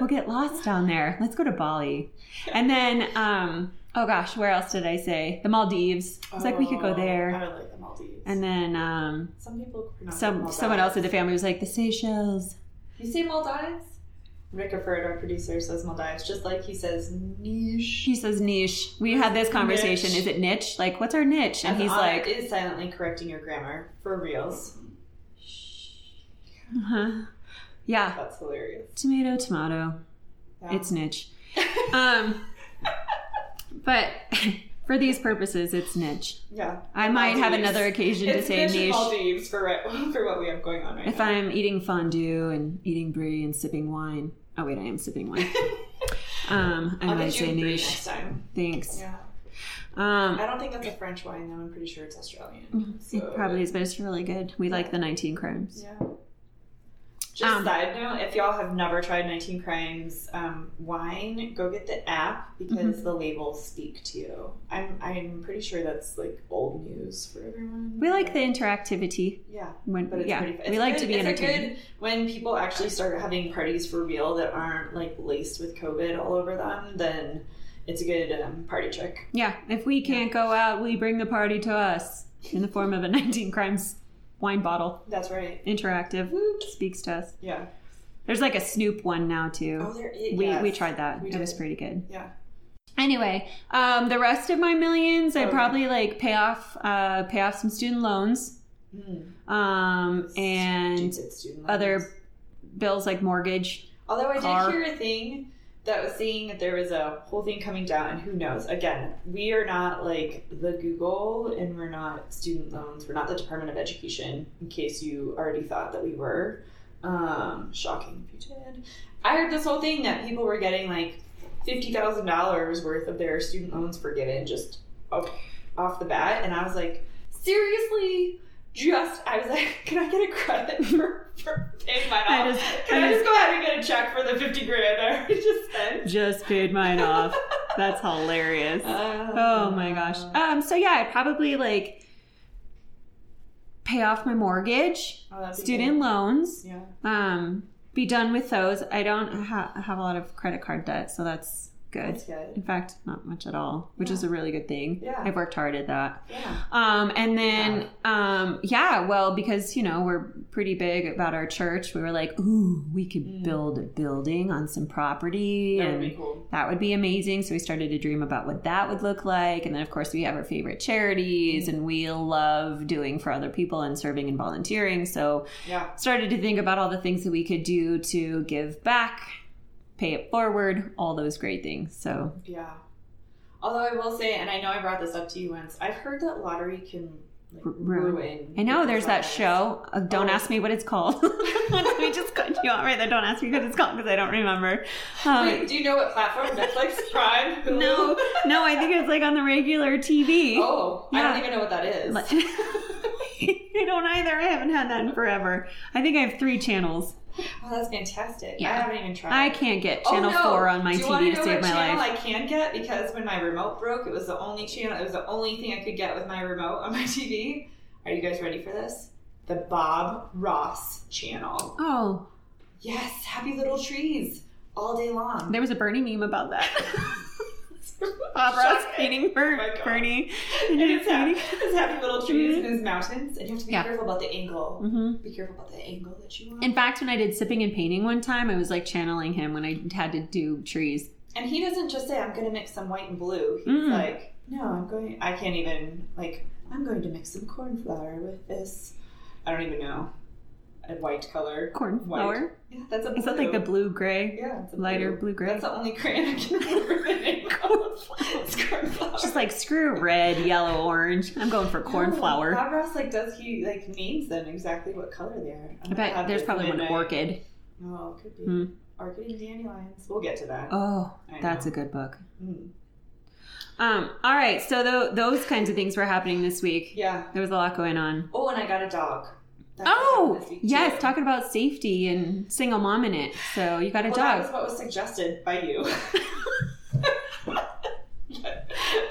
[SPEAKER 1] we'll get lost down there. Let's go to Bali. And then, um, oh gosh, where else did I say? The Maldives. I was like, we could go
[SPEAKER 2] Oh,
[SPEAKER 1] there.
[SPEAKER 2] I would like the Maldives.
[SPEAKER 1] And then um,
[SPEAKER 2] some people pronounce it
[SPEAKER 1] some
[SPEAKER 2] Maldives.
[SPEAKER 1] someone else in the family was like, the Seychelles.
[SPEAKER 2] You say Maldives? Rickerford, our producer, says Maldives, just like he says niche.
[SPEAKER 1] She says niche. We had this conversation.
[SPEAKER 2] Niche.
[SPEAKER 1] Is it niche? Like, what's our niche? And he's
[SPEAKER 2] Anna
[SPEAKER 1] like,
[SPEAKER 2] is silently correcting your grammar for reals.
[SPEAKER 1] uh-huh. yeah,
[SPEAKER 2] That's hilarious.
[SPEAKER 1] tomato, tomato.
[SPEAKER 2] Yeah.
[SPEAKER 1] It's niche. Um, but for these purposes, it's niche.
[SPEAKER 2] yeah.
[SPEAKER 1] I might have
[SPEAKER 2] Maldives.
[SPEAKER 1] another occasion to
[SPEAKER 2] It's
[SPEAKER 1] say
[SPEAKER 2] niche and
[SPEAKER 1] niche
[SPEAKER 2] Maldives for right, for what we have going on right
[SPEAKER 1] if
[SPEAKER 2] now.
[SPEAKER 1] I'm eating fondue and eating brie and sipping wine. Oh wait, I am sipping wine. Um, I
[SPEAKER 2] I'll
[SPEAKER 1] might
[SPEAKER 2] get you
[SPEAKER 1] say
[SPEAKER 2] a brie
[SPEAKER 1] niche.
[SPEAKER 2] next time.
[SPEAKER 1] Thanks.
[SPEAKER 2] Yeah.
[SPEAKER 1] Um,
[SPEAKER 2] I don't think that's a French wine though. I'm pretty sure it's Australian. So,
[SPEAKER 1] Mm-hmm. it probably is, but it's really good. We like the 19 crimes.
[SPEAKER 2] Yeah. Just
[SPEAKER 1] Um,
[SPEAKER 2] side note: if y'all have never tried 19 Crimes um, wine, go get the app because
[SPEAKER 1] Mm-hmm.
[SPEAKER 2] the labels speak to you. I'm I'm pretty sure that's like old news for everyone.
[SPEAKER 1] We like the interactivity.
[SPEAKER 2] yeah.
[SPEAKER 1] When
[SPEAKER 2] But it's
[SPEAKER 1] yeah,
[SPEAKER 2] pretty. It's
[SPEAKER 1] we like
[SPEAKER 2] good-
[SPEAKER 1] to be
[SPEAKER 2] it's a
[SPEAKER 1] entertained.
[SPEAKER 2] good when people actually start having parties for real that aren't like laced with COVID all over them. Then it's a good um, party trick.
[SPEAKER 1] Yeah, if we can't go out, we bring the party to us in the form of a 19 crimes wine bottle.
[SPEAKER 2] That's right.
[SPEAKER 1] Interactive speaks to us.
[SPEAKER 2] Yeah.
[SPEAKER 1] There's like a Snoop one now
[SPEAKER 2] Oh,
[SPEAKER 1] too.
[SPEAKER 2] there.
[SPEAKER 1] we
[SPEAKER 2] yes.
[SPEAKER 1] we tried that.
[SPEAKER 2] We
[SPEAKER 1] it was
[SPEAKER 2] did.
[SPEAKER 1] pretty good.
[SPEAKER 2] Yeah.
[SPEAKER 1] Anyway, um, the rest of my millions, I
[SPEAKER 2] Okay.
[SPEAKER 1] probably like pay off uh, pay off some student loans
[SPEAKER 2] Mm.
[SPEAKER 1] um, and
[SPEAKER 2] Stupid student loans.
[SPEAKER 1] other bills like mortgage.
[SPEAKER 2] Although I
[SPEAKER 1] car.
[SPEAKER 2] did hear a thing that was saying that there was a whole thing coming down, and who knows? Again, we are not like the Google, and we're not student loans. We're not the Department of Education. In case you already thought that we were, um, shocking if you did. I heard this whole thing that people were getting like fifty thousand dollars worth of their student loans forgiven just off, off the bat, and I was like, seriously. Just, I was like, can I get a credit for, for paying mine off?
[SPEAKER 1] I just
[SPEAKER 2] Can
[SPEAKER 1] I
[SPEAKER 2] I just
[SPEAKER 1] just,
[SPEAKER 2] go ahead and get a check for the 50 grand I already just spent?
[SPEAKER 1] just paid mine off. That's hilarious.
[SPEAKER 2] Uh,
[SPEAKER 1] Oh my gosh. Um, so yeah, I'd probably like pay off my mortgage,
[SPEAKER 2] Oh, that'd be
[SPEAKER 1] student loans.
[SPEAKER 2] good. Yeah.
[SPEAKER 1] um, be done with those. I don't ha- have a lot of credit card debt, so that's good.
[SPEAKER 2] That's good.
[SPEAKER 1] In fact, not much at all, which
[SPEAKER 2] Yeah.
[SPEAKER 1] is a really good thing.
[SPEAKER 2] Yeah.
[SPEAKER 1] I've worked hard at that.
[SPEAKER 2] Yeah.
[SPEAKER 1] Um, and then, um, yeah, well, because, you know, we're pretty big about our church, we were like, ooh, we could
[SPEAKER 2] Mm.
[SPEAKER 1] build a building on some property.
[SPEAKER 2] That
[SPEAKER 1] and
[SPEAKER 2] would be cool.
[SPEAKER 1] that would be amazing. So we started to dream about what that would look like. And then, of course, we have our favorite
[SPEAKER 2] Mm.
[SPEAKER 1] charities and we love doing for other people and serving and volunteering. So
[SPEAKER 2] Yeah.
[SPEAKER 1] started to think about all the things that we could do to give back, pay it forward, all those great things. So,
[SPEAKER 2] Yeah. Although I will say, and I know I brought this up to you once, I've heard that lottery can like,
[SPEAKER 1] R- ruin.
[SPEAKER 2] ruin.
[SPEAKER 1] I know
[SPEAKER 2] people's
[SPEAKER 1] there's that
[SPEAKER 2] lives.
[SPEAKER 1] show. Uh, don't
[SPEAKER 2] Oh.
[SPEAKER 1] ask me what it's called. Let me just cut you out right there. Don't ask me what it's called because I don't remember. Um,
[SPEAKER 2] Wait, do you know what platform? Netflix, Prime, Hulu?
[SPEAKER 1] no, no, I think it's like on the regular TV.
[SPEAKER 2] Oh, I
[SPEAKER 1] Yeah.
[SPEAKER 2] don't even know what that is.
[SPEAKER 1] Like- I don't either. I haven't had that in forever. I think I have three channels.
[SPEAKER 2] oh, that's fantastic.
[SPEAKER 1] Yeah.
[SPEAKER 2] I haven't even tried.
[SPEAKER 1] I can't get channel
[SPEAKER 2] oh, no.
[SPEAKER 1] four on my
[SPEAKER 2] Do you wanna
[SPEAKER 1] TV
[SPEAKER 2] know
[SPEAKER 1] to save
[SPEAKER 2] what
[SPEAKER 1] my
[SPEAKER 2] channel
[SPEAKER 1] life.
[SPEAKER 2] I can get because when my remote broke, it was the only channel. It was the only thing I could get with my remote on my TV. Are you guys ready for this? The Bob Ross channel.
[SPEAKER 1] Oh,
[SPEAKER 2] Yes, happy little trees all day long.
[SPEAKER 1] there was a Bernie meme about that. Bob Ross painting
[SPEAKER 2] Oh my
[SPEAKER 1] Ber-
[SPEAKER 2] God.
[SPEAKER 1] Bernie.
[SPEAKER 2] And it's, happy, it's happy little trees and his mountains, and you have to be
[SPEAKER 1] Yeah.
[SPEAKER 2] careful about the angle.
[SPEAKER 1] hmm
[SPEAKER 2] Be careful about the angle that you want.
[SPEAKER 1] In fact, when I did sipping and painting one time, I was like channeling him when I had to do trees.
[SPEAKER 2] And he doesn't just say, "I'm going to mix some white and blue." He's
[SPEAKER 1] Mm.
[SPEAKER 2] like, "No, I'm going. I can't even like. I'm going to mix some cornflower with this. I don't even know a white color.
[SPEAKER 1] Cornflower.
[SPEAKER 2] Yeah, that's a. Blue.
[SPEAKER 1] Is that like the blue gray?
[SPEAKER 2] Yeah, it's a
[SPEAKER 1] Lighter blue gray.
[SPEAKER 2] That's the only crayon I can remember the name of. It's cornflower.
[SPEAKER 1] Just like screw red, yellow, orange. I'm going for
[SPEAKER 2] No,
[SPEAKER 1] cornflower.
[SPEAKER 2] Bob Ross like does he like names them exactly what color they are?
[SPEAKER 1] I bet there's probably one orchid.
[SPEAKER 2] Oh, could be
[SPEAKER 1] Hmm.
[SPEAKER 2] orchid and dandelions. We'll get to that.
[SPEAKER 1] Oh,
[SPEAKER 2] I
[SPEAKER 1] that's
[SPEAKER 2] know.
[SPEAKER 1] a good book.
[SPEAKER 2] Mm.
[SPEAKER 1] Um, all right, so tho- those kinds of things were happening this week.
[SPEAKER 2] yeah.
[SPEAKER 1] There was a lot going on.
[SPEAKER 2] Oh, and I got a dog. That was
[SPEAKER 1] Oh,
[SPEAKER 2] this week,
[SPEAKER 1] yes,
[SPEAKER 2] too.
[SPEAKER 1] talking about safety and single mom in it. So you got a
[SPEAKER 2] well, That
[SPEAKER 1] dog.
[SPEAKER 2] was what was suggested by you.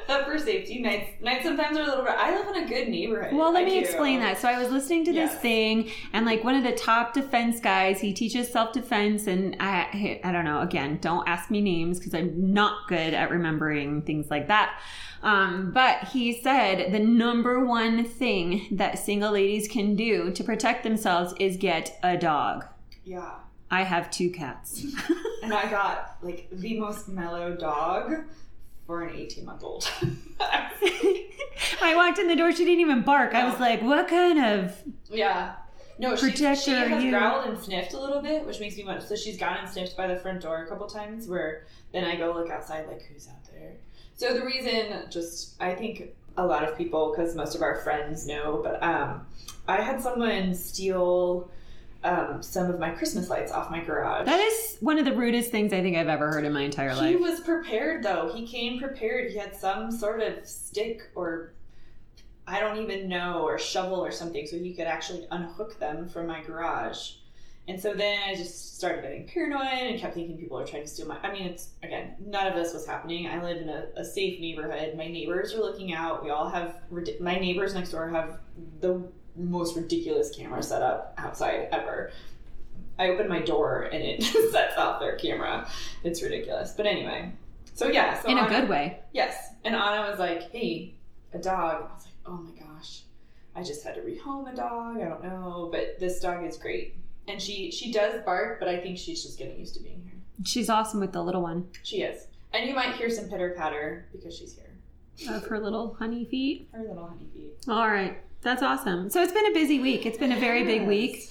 [SPEAKER 2] but for safety, nights nights sometimes are a little. bit- I live in a good neighborhood.
[SPEAKER 1] Well, let
[SPEAKER 2] I
[SPEAKER 1] me
[SPEAKER 2] do.
[SPEAKER 1] explain that. So I was listening to this
[SPEAKER 2] Yes.
[SPEAKER 1] thing, and like one of the top defense guys, he teaches self defense, and I, I don't know. Again, don't ask me names because I'm not good at remembering things like that. Um, but he said the number one thing that single ladies can do to protect themselves is get a dog.
[SPEAKER 2] Yeah,
[SPEAKER 1] I have two cats.
[SPEAKER 2] and I got like the most mellow dog for an eighteen month old.
[SPEAKER 1] I walked in the door; she didn't even bark.
[SPEAKER 2] Oh.
[SPEAKER 1] I was like, "What kind of
[SPEAKER 2] Yeah. No, she, she has
[SPEAKER 1] Projector, you-
[SPEAKER 2] growled and sniffed a little bit, which makes me want. So she's gone and sniffed by the front door a couple times. Where then I go look outside, like who's out there. So the reason, just I think a lot of people, because most of our friends know, but um, I had someone steal um, some of my Christmas lights off my garage.
[SPEAKER 1] That is one of the rudest things I think I've ever heard in my entire
[SPEAKER 2] He
[SPEAKER 1] life.
[SPEAKER 2] was prepared though. He came prepared. He had some sort of stick or I don't even know or shovel or something so he could actually unhook them from my garage. And so then I just started getting paranoid and kept thinking people are trying to steal my. I mean, it's again, none of this was happening. I live in a, a safe neighborhood. My neighbors are looking out. We all have. rid- My neighbors next door have the most ridiculous camera set up outside ever. I open my door and it sets off their camera. It's ridiculous. But anyway, so yeah. So
[SPEAKER 1] in a
[SPEAKER 2] Anna-
[SPEAKER 1] good way.
[SPEAKER 2] Yes. And Anna was like, hey, a dog. I was like, oh my gosh. I just had to rehome a dog. I don't know. But this dog is great. And she she does bark, but I think she's just getting used to being here.
[SPEAKER 1] She's awesome with the little one
[SPEAKER 2] She is. And you might hear some pitter patter because she's here.
[SPEAKER 1] of her little honey feet.
[SPEAKER 2] Her little honeybee.
[SPEAKER 1] All right. That's awesome. So it's been a busy week. It's been a very big
[SPEAKER 2] Yes.
[SPEAKER 1] week.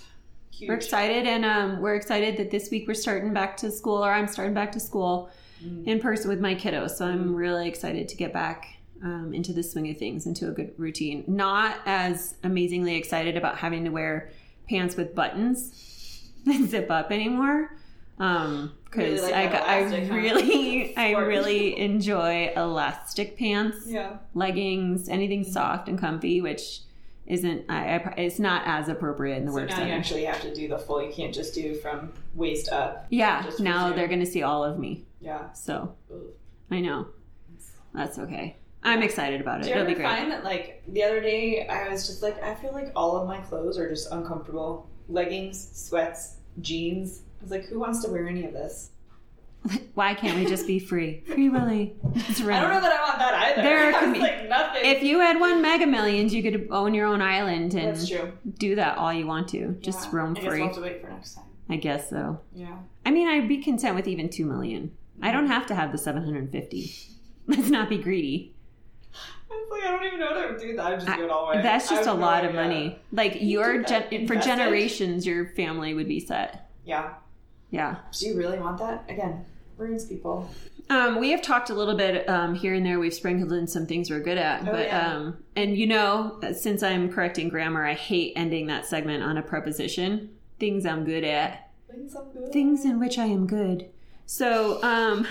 [SPEAKER 2] Huge.
[SPEAKER 1] We're excited and um, we're excited that this week we're starting back to school or I'm starting back to school
[SPEAKER 2] Mm.
[SPEAKER 1] in person with my kiddos. So
[SPEAKER 2] Mm-hmm.
[SPEAKER 1] I'm really excited to get back um, into the swing of things, into a good routine. Not as amazingly excited about having to wear pants with buttons that zip up anymore. Um, because
[SPEAKER 2] Really like
[SPEAKER 1] I,
[SPEAKER 2] that
[SPEAKER 1] got- I
[SPEAKER 2] elastic, huh?
[SPEAKER 1] really, I
[SPEAKER 2] Sport.
[SPEAKER 1] really enjoy elastic pants,
[SPEAKER 2] Yeah. Mm-hmm.
[SPEAKER 1] leggings, anything soft and comfy, which isn't, I, I it's not as appropriate in the
[SPEAKER 2] So
[SPEAKER 1] work
[SPEAKER 2] now you
[SPEAKER 1] setting.
[SPEAKER 2] actually have to do the full. You can't just do from waist up.
[SPEAKER 1] yeah.
[SPEAKER 2] just
[SPEAKER 1] Now
[SPEAKER 2] resume.
[SPEAKER 1] they're going to see all of me.
[SPEAKER 2] Yeah.
[SPEAKER 1] So
[SPEAKER 2] Ugh.
[SPEAKER 1] I know. That's okay. I'm excited about it.
[SPEAKER 2] Do you
[SPEAKER 1] It'll
[SPEAKER 2] ever
[SPEAKER 1] be great.
[SPEAKER 2] find that like the other day I was just like I feel like all of my clothes are just uncomfortable. Leggings, sweats, jeans. I was like, who wants to wear any of this?
[SPEAKER 1] Why can't we just be free? Free Willy. It's
[SPEAKER 2] I don't know
[SPEAKER 1] real.
[SPEAKER 2] that I want that either.
[SPEAKER 1] There are
[SPEAKER 2] That's
[SPEAKER 1] commu-
[SPEAKER 2] like nothing.
[SPEAKER 1] If you had one Mega Millions, you could own your own island and
[SPEAKER 2] That's true.
[SPEAKER 1] do that all you want to. Just
[SPEAKER 2] Yeah.
[SPEAKER 1] roam
[SPEAKER 2] I guess we'll
[SPEAKER 1] free.
[SPEAKER 2] have to wait for next time.
[SPEAKER 1] I guess so.
[SPEAKER 2] Yeah.
[SPEAKER 1] I mean, I'd be content with even 2 million. I don't have to have the 750. Let's not be greedy.
[SPEAKER 2] It's like, I don't even know what I would do with that. I would just
[SPEAKER 1] I-
[SPEAKER 2] give it all away.
[SPEAKER 1] That's
[SPEAKER 2] I
[SPEAKER 1] just a
[SPEAKER 2] have no
[SPEAKER 1] lot of
[SPEAKER 2] idea.
[SPEAKER 1] money. Like your
[SPEAKER 2] do that.
[SPEAKER 1] gen- for
[SPEAKER 2] Invest it.
[SPEAKER 1] generations your family would be set.
[SPEAKER 2] Yeah.
[SPEAKER 1] Yeah.
[SPEAKER 2] Do you really want that? Again, ruins people.
[SPEAKER 1] Um, we have talked a little bit um, here and there. We've sprinkled in some things we're good at,
[SPEAKER 2] Oh,
[SPEAKER 1] but
[SPEAKER 2] yeah.
[SPEAKER 1] um, and you know, uh, since I'm correcting grammar, I hate ending that segment on a preposition. Things I'm good at,
[SPEAKER 2] Things I'm good.
[SPEAKER 1] things in which I am good. So, um,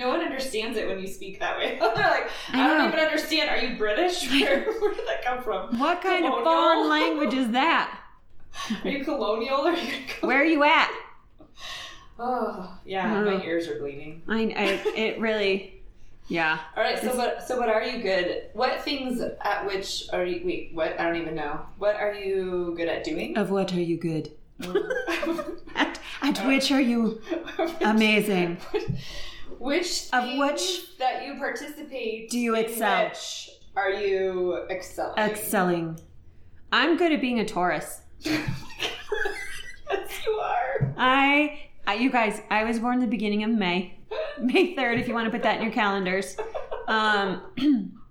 [SPEAKER 2] No one understands it when you speak that way. They're like, I,
[SPEAKER 1] I
[SPEAKER 2] don't
[SPEAKER 1] know.
[SPEAKER 2] even understand. Are you British? Where, where did that come from?
[SPEAKER 1] what kind of
[SPEAKER 2] Colonial.
[SPEAKER 1] foreign language is that?
[SPEAKER 2] Are you colonial? Or are you
[SPEAKER 1] Where are you at?
[SPEAKER 2] Oh, yeah.
[SPEAKER 1] I don't
[SPEAKER 2] My
[SPEAKER 1] know.
[SPEAKER 2] ears are bleeding.
[SPEAKER 1] I, I it really, yeah.
[SPEAKER 2] All right. So what? So what are you good? What things at which are you? Wait. What? I don't even know. What are you good at doing?
[SPEAKER 1] Of what are you good?
[SPEAKER 2] Mm.
[SPEAKER 1] At, at which are you amazing?
[SPEAKER 2] Which
[SPEAKER 1] Of
[SPEAKER 2] things
[SPEAKER 1] which
[SPEAKER 2] that you participate?
[SPEAKER 1] do you
[SPEAKER 2] in
[SPEAKER 1] excel?
[SPEAKER 2] Which are you excelling?
[SPEAKER 1] Excelling. I'm good at being a Taurus.
[SPEAKER 2] yes, you are.
[SPEAKER 1] I, I you guys, I was born the beginning of May, May third, if you want to put that in your calendars. Um,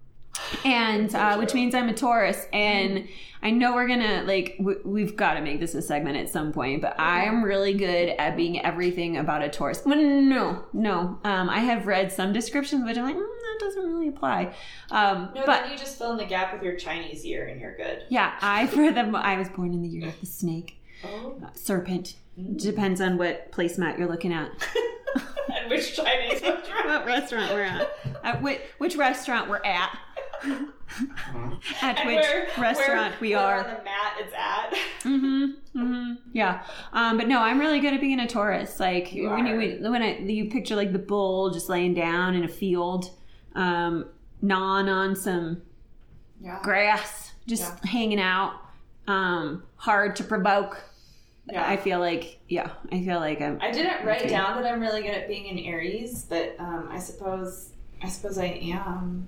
[SPEAKER 1] and uh, which means I'm a Taurus, and I know we're gonna like w- we've got to make this a segment at some point. But I'm really good at being everything about a Taurus. Well, no, no, um, I have read some descriptions, which I'm like mm, that doesn't really apply. Um,
[SPEAKER 2] No,
[SPEAKER 1] but
[SPEAKER 2] then you just fill in the gap with your Chinese year, and you're good.
[SPEAKER 1] yeah, I for the I was born in the year of the snake,
[SPEAKER 2] Oh.
[SPEAKER 1] serpent. Depends on what placemat you're looking at.
[SPEAKER 2] and which Chinese restaurant?
[SPEAKER 1] what restaurant we're at. At which, which restaurant we're at. at
[SPEAKER 2] And
[SPEAKER 1] which
[SPEAKER 2] where-
[SPEAKER 1] restaurant
[SPEAKER 2] where-
[SPEAKER 1] we
[SPEAKER 2] where
[SPEAKER 1] are.
[SPEAKER 2] on the mat it's at.
[SPEAKER 1] hmm hmm Yeah. Um, but no, I'm really good at being a Taurus. Like
[SPEAKER 2] You
[SPEAKER 1] when
[SPEAKER 2] are.
[SPEAKER 1] you when I, you picture like the bull just laying down in a field, um, gnawing on some
[SPEAKER 2] Yeah.
[SPEAKER 1] grass, just hanging out. Um, hard to provoke.
[SPEAKER 2] Yeah.
[SPEAKER 1] I feel like yeah. I feel like I'm.
[SPEAKER 2] I didn't write
[SPEAKER 1] Okay.
[SPEAKER 2] down that I'm really good at being an Aries, but um, I suppose I suppose I am.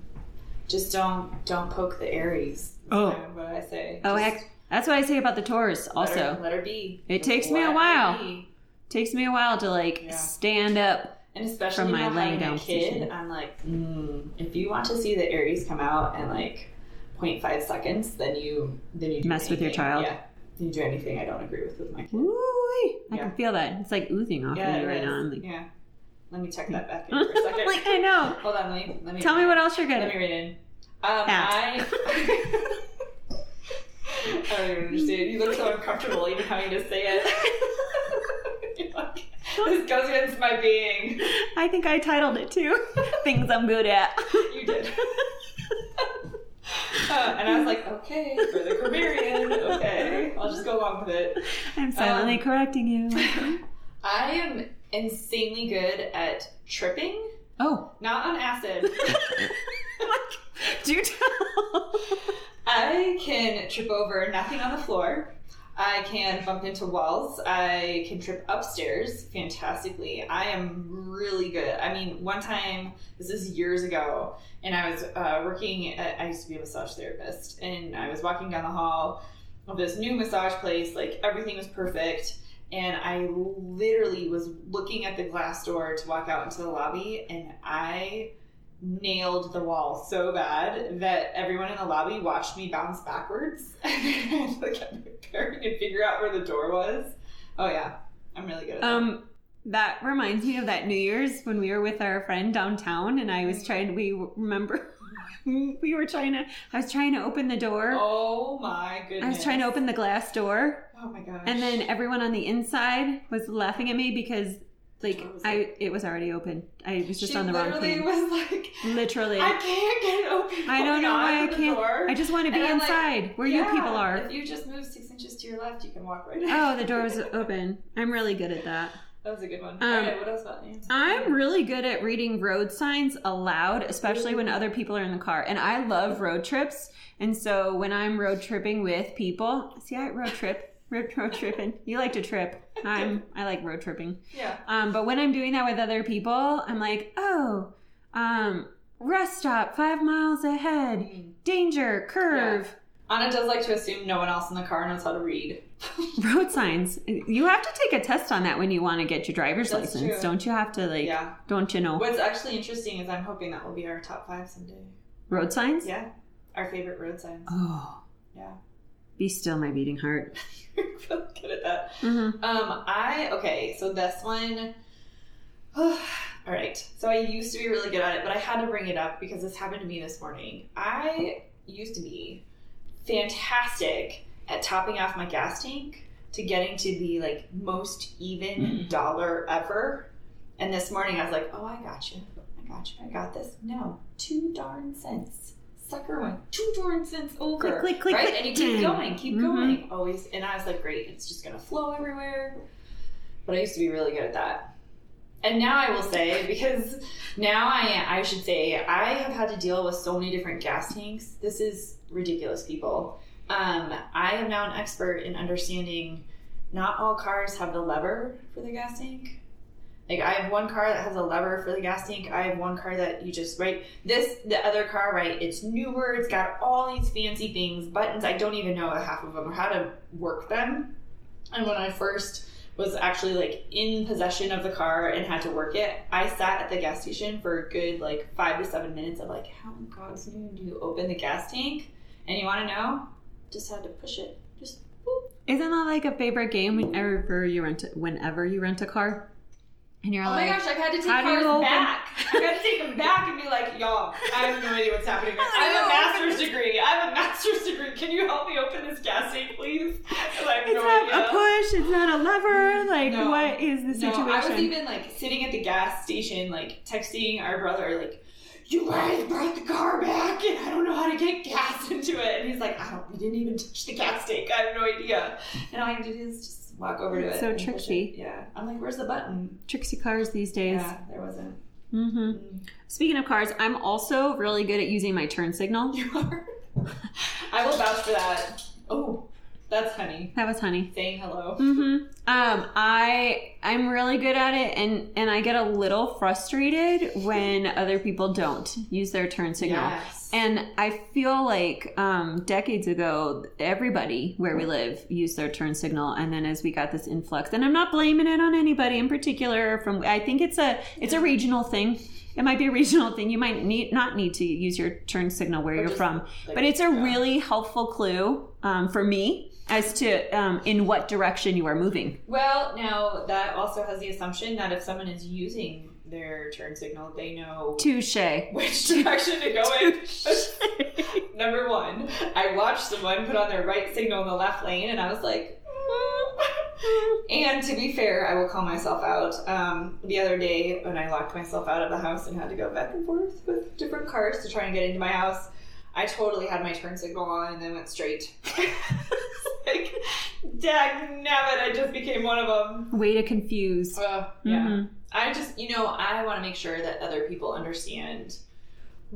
[SPEAKER 2] Just don't don't poke the Aries. That's
[SPEAKER 1] Oh.
[SPEAKER 2] kind of what I say.
[SPEAKER 1] Oh
[SPEAKER 2] Just
[SPEAKER 1] heck, that's what I say about the Taurus.
[SPEAKER 2] let her-
[SPEAKER 1] Also,
[SPEAKER 2] let her be.
[SPEAKER 1] It
[SPEAKER 2] Just
[SPEAKER 1] takes me a
[SPEAKER 2] let her
[SPEAKER 1] while.
[SPEAKER 2] be.
[SPEAKER 1] takes me a while to like
[SPEAKER 2] Yeah.
[SPEAKER 1] stand up
[SPEAKER 2] And especially
[SPEAKER 1] From
[SPEAKER 2] you
[SPEAKER 1] my
[SPEAKER 2] know,
[SPEAKER 1] laying
[SPEAKER 2] having
[SPEAKER 1] down
[SPEAKER 2] a kid,
[SPEAKER 1] position.
[SPEAKER 2] I'm like, mm, if you want to see the Aries come out in like 0.5 seconds, then you then you do
[SPEAKER 1] Mess with your
[SPEAKER 2] anything.
[SPEAKER 1] child.
[SPEAKER 2] Yeah, you do anything I don't agree with with my kid.
[SPEAKER 1] Ooh, I
[SPEAKER 2] Yeah.
[SPEAKER 1] can feel that. It's like oozing off of
[SPEAKER 2] Yeah,
[SPEAKER 1] me
[SPEAKER 2] it
[SPEAKER 1] right
[SPEAKER 2] is.
[SPEAKER 1] now. I'm like,
[SPEAKER 2] yeah. Let me check that back in for a second.
[SPEAKER 1] like, I know.
[SPEAKER 2] Hold on, let me let me
[SPEAKER 1] Tell me what else you're good
[SPEAKER 2] Let
[SPEAKER 1] at.
[SPEAKER 2] me read in. Um,
[SPEAKER 1] That.
[SPEAKER 2] I. I don't even understand. You look so uncomfortable even having to say it. You're like, this goes against my being.
[SPEAKER 1] I think I titled it too. Things I'm good at.
[SPEAKER 2] You did. Uh, and I was like, okay, for the grammarian, okay, I'll just go along with it.
[SPEAKER 1] I'm silently
[SPEAKER 2] Um,
[SPEAKER 1] correcting you.
[SPEAKER 2] I am insanely good at tripping,
[SPEAKER 1] Oh.
[SPEAKER 2] not on acid.
[SPEAKER 1] Do tell.
[SPEAKER 2] I can trip over nothing on the floor. I can bump into walls. I can trip upstairs fantastically. I am really good. I mean, one time, this is years ago, and I was uh, working, at, I used to be a massage therapist, and I was walking down the hall of this new massage place. Like, everything was perfect. And I literally was looking at the glass door to walk out into the lobby, and I nailed the wall so bad that everyone in the lobby watched me bounce backwards. I had to kept preparing and figure out where the door was. Oh yeah, I'm really good at that.
[SPEAKER 1] Um, that reminds me of that New Year's when we were with our friend downtown, and I
[SPEAKER 2] Mm-hmm.
[SPEAKER 1] was trying. We remember we were trying to. I was trying to open the door.
[SPEAKER 2] Oh my goodness.
[SPEAKER 1] I was trying to open the glass door,
[SPEAKER 2] Oh my gosh.
[SPEAKER 1] And then everyone on the inside was laughing at me because like
[SPEAKER 2] What was
[SPEAKER 1] I it was already open. I was just
[SPEAKER 2] she
[SPEAKER 1] on the wrong
[SPEAKER 2] literally
[SPEAKER 1] thing.
[SPEAKER 2] was like,
[SPEAKER 1] Literally.
[SPEAKER 2] I
[SPEAKER 1] I,
[SPEAKER 2] can't get it open.
[SPEAKER 1] I don't know
[SPEAKER 2] Hold
[SPEAKER 1] why
[SPEAKER 2] on
[SPEAKER 1] I
[SPEAKER 2] to the
[SPEAKER 1] can't-
[SPEAKER 2] Door.
[SPEAKER 1] just want to be
[SPEAKER 2] And I'm like,
[SPEAKER 1] inside where
[SPEAKER 2] Yeah,
[SPEAKER 1] you people are.
[SPEAKER 2] If you just move six inches to your left, you can walk right.
[SPEAKER 1] Oh,
[SPEAKER 2] in.
[SPEAKER 1] the door was open. I'm really good at that.
[SPEAKER 2] that was a good one.
[SPEAKER 1] Um,
[SPEAKER 2] Alright, what else about you?
[SPEAKER 1] I'm really good at reading road signs aloud, especially when other people are in the car. And I love road trips. And so when I'm road tripping with people, see, I road trip. road, road tripping. You like to trip. I'm I like road tripping.
[SPEAKER 2] Yeah.
[SPEAKER 1] Um, but when I'm doing that with other people, I'm like, oh, um, rest stop five miles ahead. Danger curve.
[SPEAKER 2] Anna does like to assume no one else in the car knows how to read.
[SPEAKER 1] Road signs. You have to take a test on that when you want to get your driver's
[SPEAKER 2] That's
[SPEAKER 1] license,
[SPEAKER 2] true.
[SPEAKER 1] don't you? Have to like,
[SPEAKER 2] yeah.
[SPEAKER 1] don't you know
[SPEAKER 2] What's actually interesting is I'm hoping that will be our top five someday.
[SPEAKER 1] road signs?
[SPEAKER 2] Yeah. Our favorite road signs.
[SPEAKER 1] Oh,
[SPEAKER 2] Yeah.
[SPEAKER 1] be still, my beating heart.
[SPEAKER 2] You're really good at that.
[SPEAKER 1] hmm
[SPEAKER 2] Um, I okay, so this one. all right, so I used to be really good at it, but I had to bring it up because this happened to me this morning. I used to be fantastic at topping off my gas tank to getting to the like most even
[SPEAKER 1] Mm-hmm.
[SPEAKER 2] dollar ever. And this morning I was like, "Oh, I got you, I got you, I got this." No, two darn cents. Sucker went two darn cents over
[SPEAKER 1] Click, click, click,
[SPEAKER 2] right?
[SPEAKER 1] click.
[SPEAKER 2] And you keep
[SPEAKER 1] Dang.
[SPEAKER 2] going, keep
[SPEAKER 1] Mhm.
[SPEAKER 2] going, always. And I was like, great, it's just gonna flow everywhere. But I used to be really good at that. And now I will say, because now I I should say I have had to deal with so many different gas tanks. This is ridiculous, people. Um, I am now an expert in understanding not all cars have the lever for the gas tank. Like I have one car that has a lever for the gas tank. I have one car that you just right this the other car right it's newer it's got all these fancy things buttons i don't even know half of them or how to work them and when i first was actually like in possession of the car and had to work it i sat at the gas station for a good like five to seven minutes of like how in god's name do you open the gas tank and you want to know just had to push it just boop.
[SPEAKER 1] Isn't that like a favorite game whenever you rent whenever you rent a car? And you're
[SPEAKER 2] oh my
[SPEAKER 1] like,
[SPEAKER 2] gosh i've had to take
[SPEAKER 1] how do you
[SPEAKER 2] cars
[SPEAKER 1] open-
[SPEAKER 2] back i've had to take them back and be like y'all i have no idea what's happening i have a master's degree i have a master's degree can you help me open this gas tank please 'Cause I have
[SPEAKER 1] it's
[SPEAKER 2] no
[SPEAKER 1] not
[SPEAKER 2] idea.
[SPEAKER 1] a push, it's not a lever. Like,
[SPEAKER 2] No.
[SPEAKER 1] what is the situation?
[SPEAKER 2] No, I was even like sitting at the gas station, like texting our brother, like, "You guys brought the car back, and I don't know how to get gas into it." And he's like, "I don't. We didn't even touch the gas tank. I have no idea." And all you have to do is just walk over to it.
[SPEAKER 1] It's so
[SPEAKER 2] and push
[SPEAKER 1] tricksy.
[SPEAKER 2] it. Yeah, I'm like, "Where's the button?"
[SPEAKER 1] Trixie cars these days.
[SPEAKER 2] Yeah, there wasn't.
[SPEAKER 1] hmm
[SPEAKER 2] Mm.
[SPEAKER 1] Speaking of cars, I'm also really good at using my turn signal.
[SPEAKER 2] You are. I will vouch for that. Oh, that's honey
[SPEAKER 1] That was honey.
[SPEAKER 2] saying hello.
[SPEAKER 1] Mm-hmm. Um, I I'm really good at it, and and I get a little frustrated when other people don't use their turn signal.
[SPEAKER 2] Yes.
[SPEAKER 1] And I feel like um, decades ago, everybody where we live used their turn signal, and then as we got this influx, and I'm not blaming it on anybody in particular. From I think it's a it's a regional thing. It might be a regional thing. You might need not need to use your turn signal where
[SPEAKER 2] Or
[SPEAKER 1] you're
[SPEAKER 2] just,
[SPEAKER 1] from,
[SPEAKER 2] like,
[SPEAKER 1] but it's a
[SPEAKER 2] yeah.
[SPEAKER 1] really helpful clue um, for me as to um, in what direction you are moving.
[SPEAKER 2] Well, now that also has the assumption that if someone is using their turn signal, they know
[SPEAKER 1] Touche.
[SPEAKER 2] which direction to go in. Number one, I watched someone put on their right signal in the left lane, and I was like, "Mm." and to be fair, I will call myself out. Um, the other day, when I locked myself out of the house and had to go back and forth with different cars to try and get into my house, I totally had my turn signal on and then went straight. like, dag nabbit, I just became one of them.
[SPEAKER 1] Way to confuse.
[SPEAKER 2] Uh, yeah.
[SPEAKER 1] Mhm.
[SPEAKER 2] I just, you know, I want to make sure that other people understand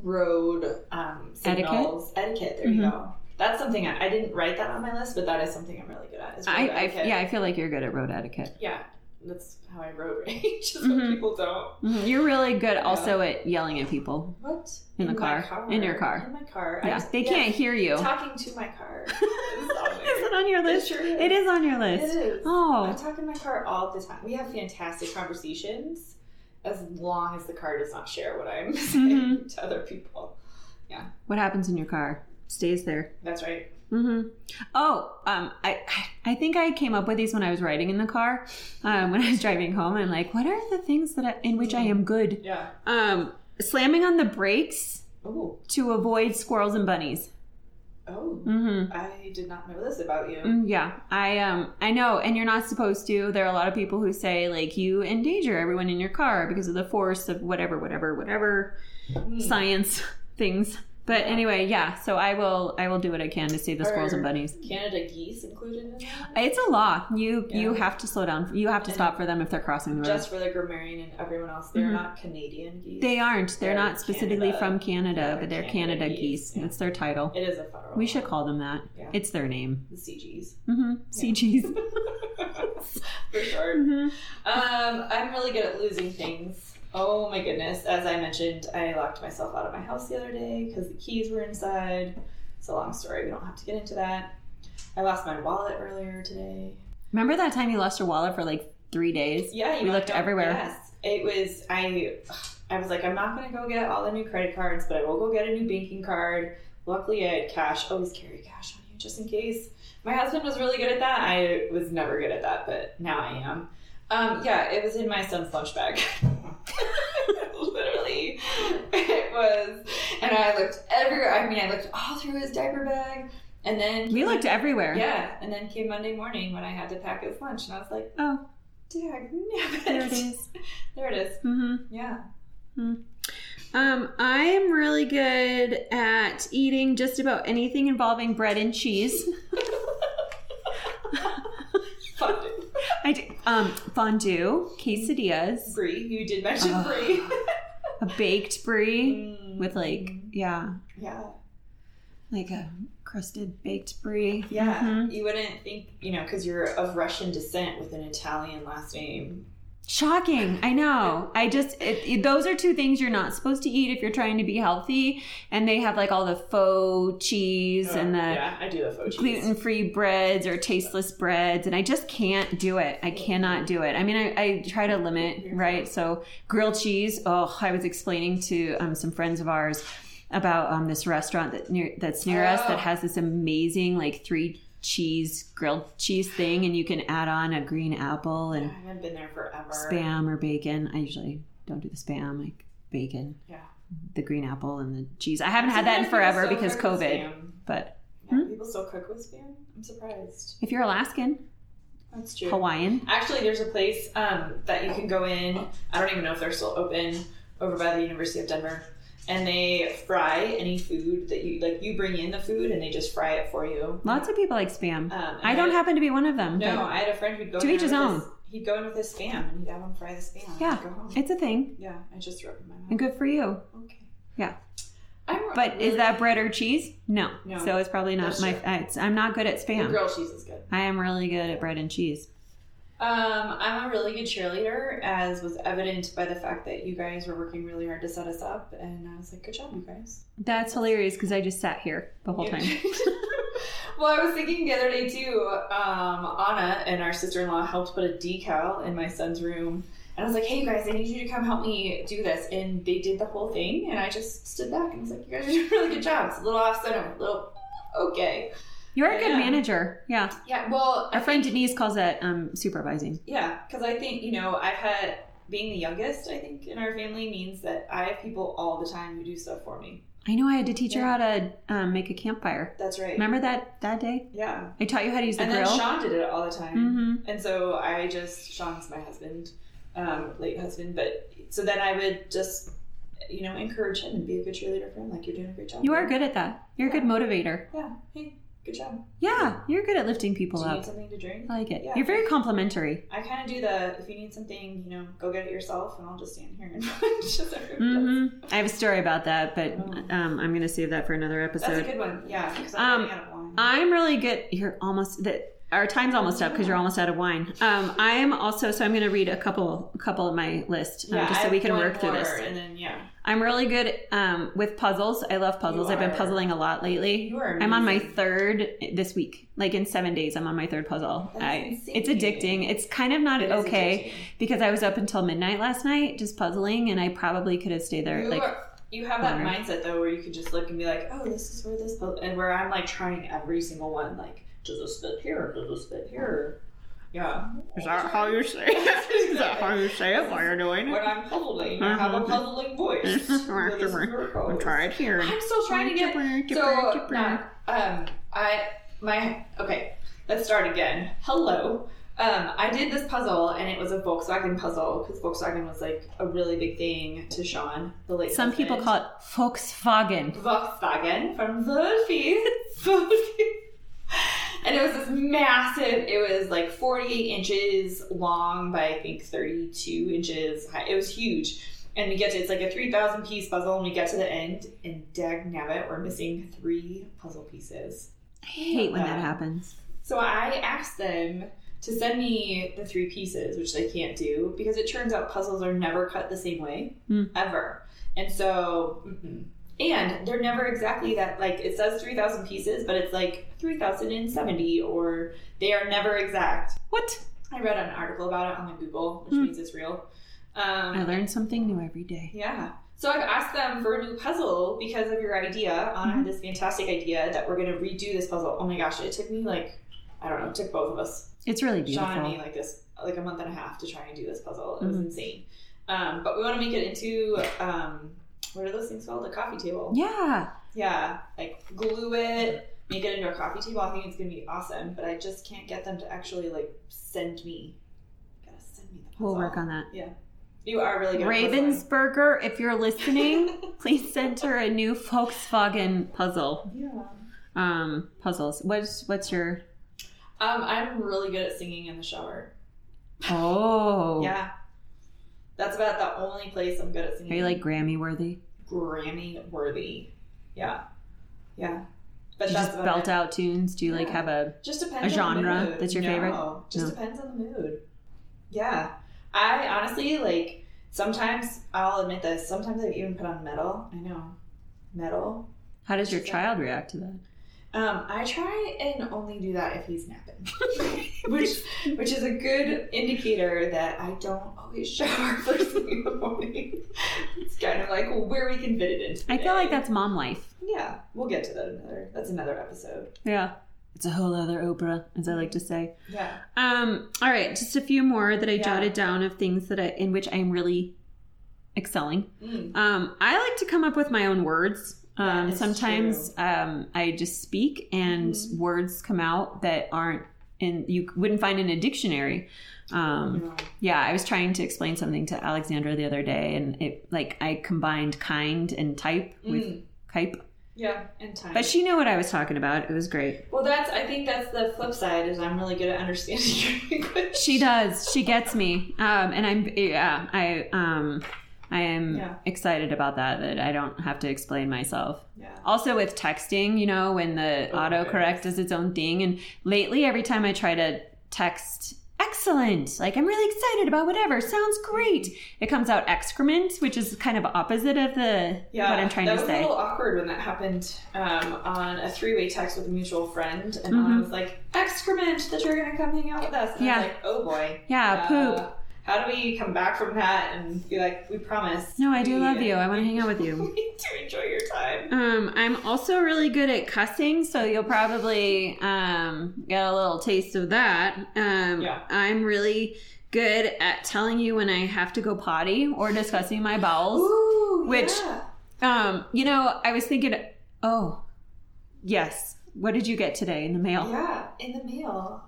[SPEAKER 2] road um, signals etiquette. there you
[SPEAKER 1] Mhm.
[SPEAKER 2] go. That's something I, I didn't write that on my list, but that is something I'm really good at. Is road
[SPEAKER 1] I, I
[SPEAKER 2] etiquette.
[SPEAKER 1] yeah, I feel like you're good at road etiquette.
[SPEAKER 2] yeah. That's how I road rage. Is
[SPEAKER 1] Mhm.
[SPEAKER 2] when people don't.
[SPEAKER 1] Mhm. You're really good also at yelling at people.
[SPEAKER 2] What
[SPEAKER 1] In the
[SPEAKER 2] my
[SPEAKER 1] car. In your car.
[SPEAKER 2] In my car. I
[SPEAKER 1] Yeah,
[SPEAKER 2] just-
[SPEAKER 1] they can't hear you.
[SPEAKER 2] Talking to my car. is on
[SPEAKER 1] Is
[SPEAKER 2] there.
[SPEAKER 1] it on your
[SPEAKER 2] It
[SPEAKER 1] list?
[SPEAKER 2] sure
[SPEAKER 1] It is on your
[SPEAKER 2] It
[SPEAKER 1] list.
[SPEAKER 2] is. I
[SPEAKER 1] Oh,
[SPEAKER 2] talk in my car all the time. We have fantastic conversations as long as the car does not share what I'm saying
[SPEAKER 1] Mm-hmm.
[SPEAKER 2] to other people.
[SPEAKER 1] what happens in your car stays there.
[SPEAKER 2] That's right.
[SPEAKER 1] Mm-hmm. Oh, um, I I think I came up with these when I was riding in the car, um, when I was driving home. I'm like, what are the things that I, in which
[SPEAKER 2] Mm.
[SPEAKER 1] I am good?
[SPEAKER 2] Yeah.
[SPEAKER 1] Um, slamming on the brakes
[SPEAKER 2] Oh.
[SPEAKER 1] to avoid squirrels and bunnies.
[SPEAKER 2] Oh.
[SPEAKER 1] Mm-hmm.
[SPEAKER 2] I did not know this about you.
[SPEAKER 1] Mm, Yeah, I um I know, and you're not supposed to. There are a lot of people who say like you endanger everyone in your car because of the force of whatever, whatever, whatever
[SPEAKER 2] Mm.
[SPEAKER 1] science things But anyway, yeah. So I will I will do what I can to save the squirrels and
[SPEAKER 2] Are
[SPEAKER 1] bunnies.
[SPEAKER 2] Canada geese included in that?
[SPEAKER 1] It's a law. You you
[SPEAKER 2] Yeah.
[SPEAKER 1] have to slow down. You have to
[SPEAKER 2] And-
[SPEAKER 1] stop for them if they're crossing the road.
[SPEAKER 2] Just for the grammarian and everyone else, they're
[SPEAKER 1] Mhm.
[SPEAKER 2] not Canadian geese.
[SPEAKER 1] they aren't. They're
[SPEAKER 2] They're
[SPEAKER 1] not specifically
[SPEAKER 2] Canada.
[SPEAKER 1] from Canada,
[SPEAKER 2] Yeah,
[SPEAKER 1] but they're Canada,
[SPEAKER 2] Canada
[SPEAKER 1] geese.
[SPEAKER 2] geese, yeah.
[SPEAKER 1] That's their title.
[SPEAKER 2] It is a federal.
[SPEAKER 1] We should
[SPEAKER 2] law.
[SPEAKER 1] call them that.
[SPEAKER 2] Yeah.
[SPEAKER 1] It's their name.
[SPEAKER 2] the CGs.
[SPEAKER 1] Mm-hmm. CGs.
[SPEAKER 2] For sure.
[SPEAKER 1] hmm
[SPEAKER 2] Um, I'm really good at losing things. Oh my goodness. As I mentioned, I locked myself out of my house the other day because the keys were inside. It's a long story. We don't have to get into that. I lost my wallet earlier today.
[SPEAKER 1] Remember that time you lost your wallet for like three days?
[SPEAKER 2] Yeah, you
[SPEAKER 1] We
[SPEAKER 2] might
[SPEAKER 1] looked
[SPEAKER 2] know.
[SPEAKER 1] everywhere.
[SPEAKER 2] Yes, it was. I, I was like, I'm not gonna go get all the new credit cards, but I will go get a new banking card. Luckily, I had cash. Always carry cash on you just in case. My husband was really good at that. I was never good at that, but now I am. Um, yeah, it was in my son's lunch bag. Literally, it was, and I looked everywhere. I mean, I looked all through his diaper bag, and then
[SPEAKER 1] We looked everywhere.
[SPEAKER 2] yeah, and then came Monday morning when I had to pack his lunch, and I was like,
[SPEAKER 1] Oh.
[SPEAKER 2] dag
[SPEAKER 1] There it
[SPEAKER 2] nabbit.
[SPEAKER 1] is.
[SPEAKER 2] There it is.
[SPEAKER 1] Mm-hmm.
[SPEAKER 2] Yeah.
[SPEAKER 1] Um, I'm really good at eating just about anything involving bread and cheese.
[SPEAKER 2] Fuck it.
[SPEAKER 1] I do, um, fondue, quesadillas,
[SPEAKER 2] Brie, you did mention
[SPEAKER 1] Ugh.
[SPEAKER 2] Brie.
[SPEAKER 1] a baked brie with like,
[SPEAKER 2] Mm.
[SPEAKER 1] yeah,
[SPEAKER 2] Yeah.
[SPEAKER 1] like a crusted baked brie.
[SPEAKER 2] Yeah.
[SPEAKER 1] Mhm.
[SPEAKER 2] You wouldn't think, you know, because you're of Russian descent with an Italian last name.
[SPEAKER 1] Shocking. I know. I just, it, it- those are two things you're not supposed to eat if you're trying to be healthy. And they have like all the faux cheese and the
[SPEAKER 2] Uh, yeah, I do the faux cheese.
[SPEAKER 1] gluten free breads or tasteless breads, and I just can't do it. I cannot do it. I mean, I, I try to limit, right? So, grilled cheese. Oh, I was explaining to um, some friends of ours about um, this restaurant that near that's near us that
[SPEAKER 2] Oh.
[SPEAKER 1] has this amazing like three cheese grilled cheese thing, and you can add on a green apple
[SPEAKER 2] I
[SPEAKER 1] and
[SPEAKER 2] haven't been there forever.
[SPEAKER 1] spam or bacon. I usually don't do the spam, like bacon,
[SPEAKER 2] Yeah.
[SPEAKER 1] the green apple, and the cheese. I haven't had that in forever
[SPEAKER 2] People
[SPEAKER 1] because
[SPEAKER 2] still cook with
[SPEAKER 1] COVID.
[SPEAKER 2] Spam.
[SPEAKER 1] But
[SPEAKER 2] Yeah,
[SPEAKER 1] Hmm?
[SPEAKER 2] People still cook with spam? I'm surprised.
[SPEAKER 1] if you're Alaskan,
[SPEAKER 2] That's true.
[SPEAKER 1] Hawaiian.
[SPEAKER 2] Actually, there's a place um, that you can go in. I don't even know if they're still open over by the University of Denver. And they fry any food that you like. You bring in the food and they just fry it for you.
[SPEAKER 1] Lots of people like spam.
[SPEAKER 2] Um, and
[SPEAKER 1] I don't
[SPEAKER 2] had-
[SPEAKER 1] happen to be one of them.
[SPEAKER 2] No,
[SPEAKER 1] but
[SPEAKER 2] I had a friend who'd go.
[SPEAKER 1] To
[SPEAKER 2] in
[SPEAKER 1] each
[SPEAKER 2] there
[SPEAKER 1] his
[SPEAKER 2] with his- he'd go in with his spam and he'd have him fry the spam. and
[SPEAKER 1] Yeah.
[SPEAKER 2] Go home.
[SPEAKER 1] it's a thing,
[SPEAKER 2] yeah, I just threw up in my
[SPEAKER 1] and
[SPEAKER 2] mouth.
[SPEAKER 1] good for you.
[SPEAKER 2] Okay.
[SPEAKER 1] Yeah.
[SPEAKER 2] I'm re-
[SPEAKER 1] But is
[SPEAKER 2] really-
[SPEAKER 1] that bread or cheese? No.
[SPEAKER 2] No.
[SPEAKER 1] So it's probably not
[SPEAKER 2] That's
[SPEAKER 1] my.
[SPEAKER 2] true.
[SPEAKER 1] I- It's, I'm not good at
[SPEAKER 2] the
[SPEAKER 1] spam.
[SPEAKER 2] grilled cheese is good?
[SPEAKER 1] I am really good at bread and cheese.
[SPEAKER 2] Um, I'm a really good cheerleader, as was evident by the fact that you guys were working really hard to set us up, and I was like, "Good job, you guys."
[SPEAKER 1] That's hilarious because I just sat here the whole
[SPEAKER 2] Yeah.
[SPEAKER 1] time.
[SPEAKER 2] well, I was thinking the other day too. Um, Anna and our sister in law helped put a decal in my son's room, and I was like, "Hey, you guys, I need you to come help me do this." And they did the whole thing, and I just stood back and was like, "You guys are doing a really good job. It's a little off center, a little okay."
[SPEAKER 1] You're a good
[SPEAKER 2] Yeah.
[SPEAKER 1] manager. Yeah.
[SPEAKER 2] Yeah. Well,
[SPEAKER 1] Our friend Denise calls that um, supervising.
[SPEAKER 2] Yeah, because I think you know I've had being the youngest. I think in our family means that I have people all the time who do stuff for me.
[SPEAKER 1] I know I had to teach her
[SPEAKER 2] Yeah.
[SPEAKER 1] how to um, make a campfire.
[SPEAKER 2] That's right.
[SPEAKER 1] Remember that that day?
[SPEAKER 2] Yeah,
[SPEAKER 1] I taught you how to use the
[SPEAKER 2] and then
[SPEAKER 1] grill.
[SPEAKER 2] Sean did it all the time,
[SPEAKER 1] hmm
[SPEAKER 2] and so I just Sean's my husband, um, late husband, but so then I would just you know encourage him and be a good cheerleader for him. Like you're doing a great job.
[SPEAKER 1] You are good at that. You're a good motivator.
[SPEAKER 2] Yeah. Hey, good job.
[SPEAKER 1] Yeah, you're good at lifting people
[SPEAKER 2] Do you
[SPEAKER 1] up.
[SPEAKER 2] need something to drink?
[SPEAKER 1] I like it.
[SPEAKER 2] Yeah.
[SPEAKER 1] You're very complimentary.
[SPEAKER 2] I kind of do the if you need something, you know, go get it yourself, and I'll just stand here and just
[SPEAKER 1] hmm I have a story about that, but
[SPEAKER 2] Oh.
[SPEAKER 1] um, I'm going to save that for another
[SPEAKER 2] That's a
[SPEAKER 1] episode.
[SPEAKER 2] good one. Yeah, because
[SPEAKER 1] Um,
[SPEAKER 2] I'm running out of wine.
[SPEAKER 1] I'm really good. You're almost that. Our time's almost up because you're almost out of wine. Um, I am also so I'm going to read a couple a couple of my list um, just
[SPEAKER 2] I
[SPEAKER 1] so we
[SPEAKER 2] have
[SPEAKER 1] can
[SPEAKER 2] one
[SPEAKER 1] work through
[SPEAKER 2] more,
[SPEAKER 1] this.
[SPEAKER 2] And then yeah,
[SPEAKER 1] I'm really good um, with puzzles. I love puzzles.
[SPEAKER 2] You
[SPEAKER 1] I've been
[SPEAKER 2] are.
[SPEAKER 1] puzzling a lot lately.
[SPEAKER 2] you are.
[SPEAKER 1] I'm on my
[SPEAKER 2] amazing.
[SPEAKER 1] third this week. Like in seven days, I'm on my third puzzle.
[SPEAKER 2] That's
[SPEAKER 1] I, it's
[SPEAKER 2] insane.
[SPEAKER 1] addicting. It's kind of not
[SPEAKER 2] It is
[SPEAKER 1] okay
[SPEAKER 2] addicting.
[SPEAKER 1] because I was up until midnight last night just puzzling, and I probably could have stayed there
[SPEAKER 2] You,
[SPEAKER 1] like
[SPEAKER 2] are- you have that
[SPEAKER 1] longer.
[SPEAKER 2] mindset though, where you can just look and be like, oh, this is where this, bu- and where I'm like trying every single one, like, does this fit here? Does this fit here? Yeah.
[SPEAKER 3] Is that how you say it? Is that how you say it while you're doing
[SPEAKER 2] When
[SPEAKER 3] it?
[SPEAKER 2] I'm puzzling, I have a
[SPEAKER 3] Mhm.
[SPEAKER 2] puzzling voice. This is where it
[SPEAKER 3] I'm
[SPEAKER 2] goes.
[SPEAKER 3] trying here.
[SPEAKER 2] I'm still trying to get So, nah, um, I, my, okay, let's start again. Hello. Um, I did this puzzle, and it was a Volkswagen puzzle because Volkswagen was like a really big thing to Sean, the late.
[SPEAKER 1] Some people
[SPEAKER 2] husband.
[SPEAKER 1] call it Volkswagen.
[SPEAKER 2] Volkswagen from Volkswagen. and it was this massive, it was like 48 inches long by I think 32 inches high. It was huge. And we get to, it's like a 3,000 piece puzzle, and we get to the end, and dag nabbit, we're missing three puzzle pieces.
[SPEAKER 1] I hate when that happens.
[SPEAKER 2] So I asked them to send me the three pieces, which they can't do because it turns out puzzles are never cut the same way
[SPEAKER 1] Hmm.
[SPEAKER 2] ever. And so, mm-mm. and they're never exactly that. Like it says three thousand pieces, but it's like three thousand and seventy, or they are never exact.
[SPEAKER 1] What?
[SPEAKER 2] I read an article about it on the Google, which
[SPEAKER 1] Hmm.
[SPEAKER 2] means it's real. Um,
[SPEAKER 1] I learn something new every day.
[SPEAKER 2] yeah. So I've asked them for a new puzzle because of your idea. Anna
[SPEAKER 1] Mm-hmm.
[SPEAKER 2] had this fantastic idea that we're going to redo this puzzle. Oh my gosh, it took me like, I don't know, it took both of us
[SPEAKER 1] It's really beautiful.
[SPEAKER 2] Sean and me like this like a month and a half to try and do this puzzle. It was
[SPEAKER 1] Mhm.
[SPEAKER 2] insane. Um, but we want to make it into um, what are those things called? A coffee table.
[SPEAKER 1] Yeah.
[SPEAKER 2] Yeah, like glue it, make it into a coffee table. I think it's gonna be awesome. But I just can't get them to actually like send me. Gotta send me the puzzle.
[SPEAKER 1] We'll work on that.
[SPEAKER 2] You are really good. at puzzling.
[SPEAKER 1] Ravensburger, if you're listening, please send her a new Volkswagen puzzle.
[SPEAKER 2] Yeah.
[SPEAKER 1] Um, puzzles. What's what's your
[SPEAKER 2] Um, I'm really good at singing in the shower.
[SPEAKER 1] Oh
[SPEAKER 2] Yeah. That's about the only place I'm good at singing.
[SPEAKER 1] Are you like Grammy worthy?
[SPEAKER 2] Grammy worthy? Yeah. Yeah. But
[SPEAKER 1] you
[SPEAKER 2] that's
[SPEAKER 1] just
[SPEAKER 2] about it.
[SPEAKER 1] belt out tunes? Do you like
[SPEAKER 2] Yeah.
[SPEAKER 1] have a
[SPEAKER 2] Just depends.
[SPEAKER 1] A
[SPEAKER 2] on the
[SPEAKER 1] genre
[SPEAKER 2] mood.
[SPEAKER 1] that's your
[SPEAKER 2] No,
[SPEAKER 1] favorite?
[SPEAKER 2] Just
[SPEAKER 1] No.
[SPEAKER 2] depends on the mood. Yeah, I honestly like. Sometimes I'll admit this. Sometimes I even put on metal. I know, metal.
[SPEAKER 1] how does your child react to that?
[SPEAKER 2] Um, I try and only do that if he's napping, which which is a good indicator that I don't always shower first thing in the morning. It's kind of like where we can fit it into. the
[SPEAKER 1] I feel like
[SPEAKER 2] day.
[SPEAKER 1] that's mom life.
[SPEAKER 2] Yeah, we'll get to that another. That's another episode.
[SPEAKER 1] Yeah. It's a whole other Oprah, as I like to say.
[SPEAKER 2] Yeah.
[SPEAKER 1] Um, all right, just a few more that I
[SPEAKER 2] Yeah.
[SPEAKER 1] jotted down of things that I in which I am really excelling.
[SPEAKER 2] Mm.
[SPEAKER 1] Um, I like to come up with my own words.
[SPEAKER 2] That
[SPEAKER 1] Um,
[SPEAKER 2] is
[SPEAKER 1] sometimes um, I just speak and
[SPEAKER 2] Mhm.
[SPEAKER 1] words come out that aren't in you wouldn't find in a dictionary. Um,
[SPEAKER 2] No.
[SPEAKER 1] yeah, I was trying to explain something to Alexandra the other day, and it like I combined kind and type with
[SPEAKER 2] Mm.
[SPEAKER 1] kype,
[SPEAKER 2] Yeah, and time.
[SPEAKER 1] but she knew what I was talking about. It was great.
[SPEAKER 2] Well, that's. I think that's the flip side. Is I'm really good at understanding your language.
[SPEAKER 1] She does. She gets me, um, and I'm yeah. I um, I am
[SPEAKER 2] Yeah.
[SPEAKER 1] excited about that. That I don't have to explain myself.
[SPEAKER 2] Yeah.
[SPEAKER 1] Also with texting, you know, when the
[SPEAKER 2] Oh,
[SPEAKER 1] autocorrect does its own thing. And lately, every time I try to text, excellent, like I'm really excited about whatever, sounds great, it comes out excrement, which is kind of opposite of the
[SPEAKER 2] Yeah.
[SPEAKER 1] what I'm trying
[SPEAKER 2] that
[SPEAKER 1] to
[SPEAKER 2] was
[SPEAKER 1] say.
[SPEAKER 2] a little awkward when that happened um, on a three-way text with a mutual friend, and I
[SPEAKER 1] Mhm.
[SPEAKER 2] was like, "Excrement that you're going to come hang out with us." And I
[SPEAKER 1] Yeah.
[SPEAKER 2] was like, "Oh boy."
[SPEAKER 1] yeah, poop.
[SPEAKER 2] Uh, how do we come back from that and be like, "We promise."
[SPEAKER 1] No, I do
[SPEAKER 2] we-
[SPEAKER 1] love you. I want to hang out with you.
[SPEAKER 2] We need to enjoy your time.
[SPEAKER 1] Um, I'm also really good at cussing, so you'll probably um, get a little taste of that. Um,
[SPEAKER 2] Yeah.
[SPEAKER 1] I'm really good at telling you when I have to go potty or discussing my bowels.
[SPEAKER 2] Ooh,
[SPEAKER 1] Which-
[SPEAKER 2] yeah.
[SPEAKER 1] Um, you know, I was thinking, oh, yes. What did you get today in the mail?
[SPEAKER 2] yeah, in the mail,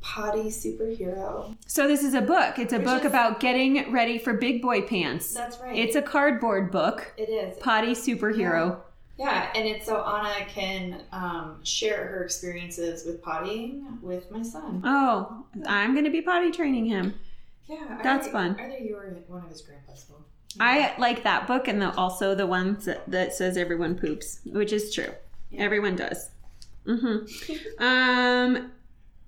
[SPEAKER 2] potty superhero.
[SPEAKER 1] So this is a book. It's a
[SPEAKER 2] Which
[SPEAKER 1] book
[SPEAKER 2] is-
[SPEAKER 1] about getting ready for big boy pants.
[SPEAKER 2] That's right.
[SPEAKER 1] It's a cardboard book.
[SPEAKER 2] it is.
[SPEAKER 1] Potty superhero.
[SPEAKER 2] Yeah, and it's so Anna can um, share her experiences with pottying with my son.
[SPEAKER 1] Oh, I'm gonna be potty training him.
[SPEAKER 2] Yeah,
[SPEAKER 1] That's
[SPEAKER 2] either,
[SPEAKER 1] fun.
[SPEAKER 2] Either you or one of his grandpas will.
[SPEAKER 1] I like that book and the, also the one that, that says everyone poops, which is true.
[SPEAKER 2] Yeah.
[SPEAKER 1] Everyone does. hmm um,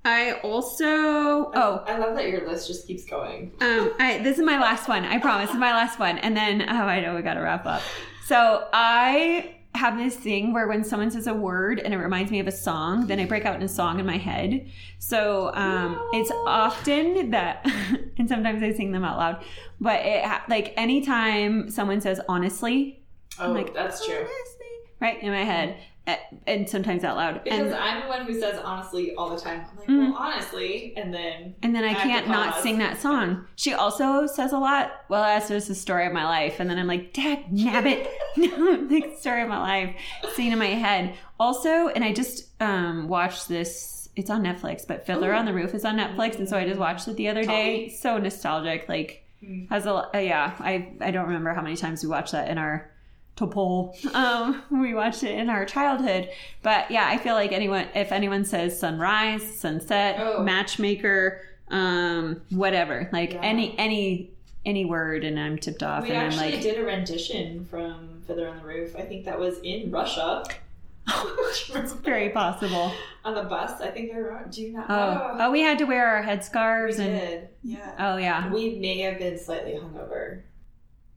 [SPEAKER 1] I also oh
[SPEAKER 2] I love that your list just keeps going.
[SPEAKER 1] um, I, this is my last one. I promise. This is my last one. And then, oh, I know we got to wrap up. So I have this thing where when someone says a word and it reminds me of a song, then I break out in a song in my head. So um, it's often that, and sometimes I sing them out loud, but it ha- like anytime someone says honestly,
[SPEAKER 2] Oh,
[SPEAKER 1] like,
[SPEAKER 2] that's true.
[SPEAKER 1] honestly, right in my head, a- and sometimes out loud,
[SPEAKER 2] Because
[SPEAKER 1] and
[SPEAKER 2] I'm the one who says honestly all the time. I'm like,
[SPEAKER 1] Mm.
[SPEAKER 2] well, honestly, and then
[SPEAKER 1] And then I,
[SPEAKER 2] I have to
[SPEAKER 1] can't not
[SPEAKER 2] pause.
[SPEAKER 1] sing that song. She also says a lot. Well, that's just the story of my life. And then I'm like, Dag nabbit. no, like story of my life. Singing in my head. Also, and I just um, watched this it's on Netflix, but Fiddler on the Roof is on Netflix, and so I just watched it the other day. So nostalgic, like
[SPEAKER 2] Mm.
[SPEAKER 1] has a uh, yeah. I I don't remember how many times we watched that in our topol. Um, we watched it in our childhood, but yeah, I feel like anyone if anyone says sunrise, sunset,
[SPEAKER 2] Oh.
[SPEAKER 1] matchmaker, um, whatever, like
[SPEAKER 2] Yeah.
[SPEAKER 1] any any any word, and I'm tipped off,
[SPEAKER 2] We
[SPEAKER 1] and I'm
[SPEAKER 2] actually
[SPEAKER 1] like.
[SPEAKER 2] did a rendition from Feather on the Roof. I think that was in Russia.
[SPEAKER 1] It's very possible.
[SPEAKER 2] on the bus. I think I wrote, do you not?
[SPEAKER 1] Oh, oh, we had to wear our
[SPEAKER 2] we
[SPEAKER 1] headscarves and
[SPEAKER 2] did. Yeah.
[SPEAKER 1] oh yeah,
[SPEAKER 2] We may have been slightly hungover.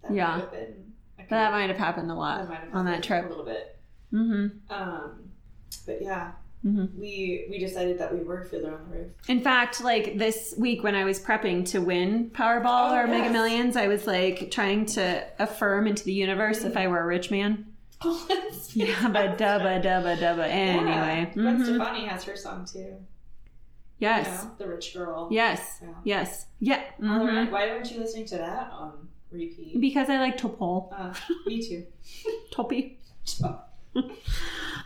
[SPEAKER 2] That
[SPEAKER 1] Yeah.
[SPEAKER 2] Might have been, I
[SPEAKER 1] that
[SPEAKER 2] could-
[SPEAKER 1] might have happened a
[SPEAKER 2] that
[SPEAKER 1] lot.
[SPEAKER 2] might have
[SPEAKER 1] on that
[SPEAKER 2] happened
[SPEAKER 1] trip.
[SPEAKER 2] a little bit.
[SPEAKER 1] hmm
[SPEAKER 2] Um, but yeah,
[SPEAKER 1] hmm
[SPEAKER 2] we we decided that we were Fiddler on the Roof.
[SPEAKER 1] In fact, like this week when I was prepping to win Powerball
[SPEAKER 2] Oh,
[SPEAKER 1] or Mega
[SPEAKER 2] yes.
[SPEAKER 1] Millions, I was like trying to affirm into the universe if I were a rich man.
[SPEAKER 2] Oh, that's
[SPEAKER 1] Yeah, but dubba dubba dubba. Anyway,
[SPEAKER 2] Yeah. Gwen
[SPEAKER 1] Mhm.
[SPEAKER 2] Stefani has her song too. you
[SPEAKER 1] yes, Mm-hmm.
[SPEAKER 2] know, the rich girl.
[SPEAKER 1] yes,
[SPEAKER 2] Yeah.
[SPEAKER 1] yes, yeah.
[SPEAKER 2] All
[SPEAKER 1] Mhm.
[SPEAKER 2] right, Why weren't you listening to that on repeat?
[SPEAKER 1] Because I like Topol,
[SPEAKER 2] Uh, me too.
[SPEAKER 1] Topi.
[SPEAKER 2] So,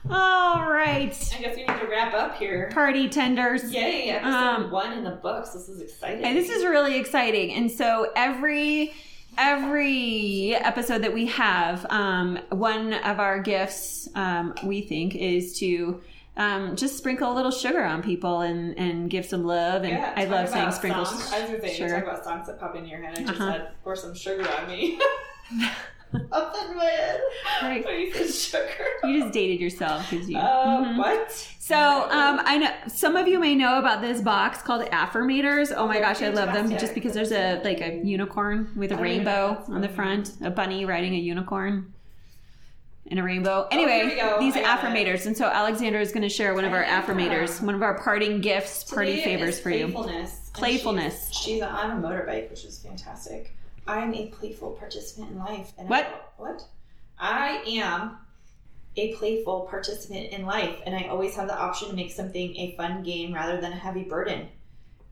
[SPEAKER 1] All right,
[SPEAKER 2] I guess we need to wrap up here.
[SPEAKER 1] party tenders.
[SPEAKER 2] Yay! Episode
[SPEAKER 1] Um,
[SPEAKER 2] one in the books. This is exciting.
[SPEAKER 1] And this is really exciting. And so every every episode that we have, um, one of our gifts um, we think is to um, just sprinkle a little sugar on people and and give some love. And
[SPEAKER 2] Yeah,
[SPEAKER 1] I
[SPEAKER 2] talk
[SPEAKER 1] love saying
[SPEAKER 2] about
[SPEAKER 1] sprinkle
[SPEAKER 2] songs. I was gonna say, you talk
[SPEAKER 1] sugar.
[SPEAKER 2] about songs that pop in your head. I just
[SPEAKER 1] Uh-huh.
[SPEAKER 2] had pour some sugar on me. Up in my head.
[SPEAKER 1] Right.
[SPEAKER 2] When you said sugar.
[SPEAKER 1] You just dated yourself because you.
[SPEAKER 2] Uh,
[SPEAKER 1] Mhm.
[SPEAKER 2] What?
[SPEAKER 1] So um, I know some of you may know about this box called Affirmators. Oh my gosh, I love them
[SPEAKER 2] Fantastic.
[SPEAKER 1] just because there's a like a unicorn with a
[SPEAKER 2] I don't even know
[SPEAKER 1] rainbow
[SPEAKER 2] what's
[SPEAKER 1] on the
[SPEAKER 2] going
[SPEAKER 1] front, a bunny riding a unicorn. And a rainbow.
[SPEAKER 2] Oh, here we
[SPEAKER 1] Anyway,
[SPEAKER 2] go.
[SPEAKER 1] these
[SPEAKER 2] I
[SPEAKER 1] are
[SPEAKER 2] got it.
[SPEAKER 1] affirmators. And so Alexander is going to share one of our
[SPEAKER 2] Yeah.
[SPEAKER 1] affirmators, one of our parting gifts, party
[SPEAKER 2] Today
[SPEAKER 1] favors
[SPEAKER 2] is
[SPEAKER 1] for you.
[SPEAKER 2] Playfulness. And
[SPEAKER 1] Playfulness.
[SPEAKER 2] She's, she's on a motorbike, which is fantastic. I'm a playful participant in life. And
[SPEAKER 1] What?
[SPEAKER 2] I, what? I am a playful participant in life, and I always have the option to make something a fun game rather than a heavy burden.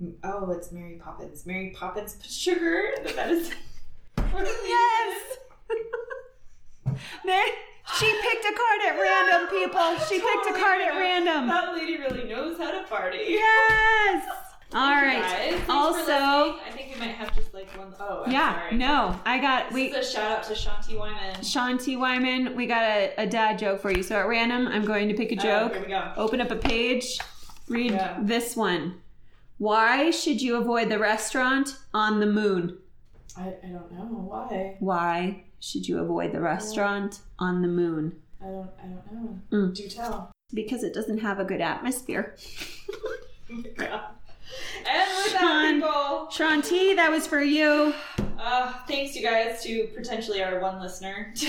[SPEAKER 2] M- Oh, it's Mary Poppins. Mary Poppins put sugar. in the medicine.
[SPEAKER 1] Yes! Man, she picked a card at random, people. She picked a card at
[SPEAKER 2] Totally.
[SPEAKER 1] random.
[SPEAKER 2] That lady really knows how to party.
[SPEAKER 1] Yes! All
[SPEAKER 2] Thank you
[SPEAKER 1] right.
[SPEAKER 2] guys. Thanks for
[SPEAKER 1] Also-
[SPEAKER 2] listening. I think we might have just like one oh, I'm
[SPEAKER 1] Yeah,
[SPEAKER 2] sorry.
[SPEAKER 1] no, I got.
[SPEAKER 2] This
[SPEAKER 1] Wait,
[SPEAKER 2] is a shout out to Shanti Wyman.
[SPEAKER 1] Sean T. Wyman, we got a, a dad joke for you. So at random, I'm going to pick a
[SPEAKER 2] Oh,
[SPEAKER 1] joke,
[SPEAKER 2] here we go.
[SPEAKER 1] open up a page, read
[SPEAKER 2] Yeah.
[SPEAKER 1] this one. Why should you avoid the restaurant on the moon?
[SPEAKER 2] I, I don't know why.
[SPEAKER 1] Why should you avoid the restaurant on the moon?
[SPEAKER 2] I don't I don't know.
[SPEAKER 1] Mm.
[SPEAKER 2] Do tell.
[SPEAKER 1] Because it doesn't have a good atmosphere.
[SPEAKER 2] and with that,
[SPEAKER 1] Sean.
[SPEAKER 2] people,
[SPEAKER 1] Sean T, that was for you.
[SPEAKER 2] uh, thanks you guys to potentially our one listener.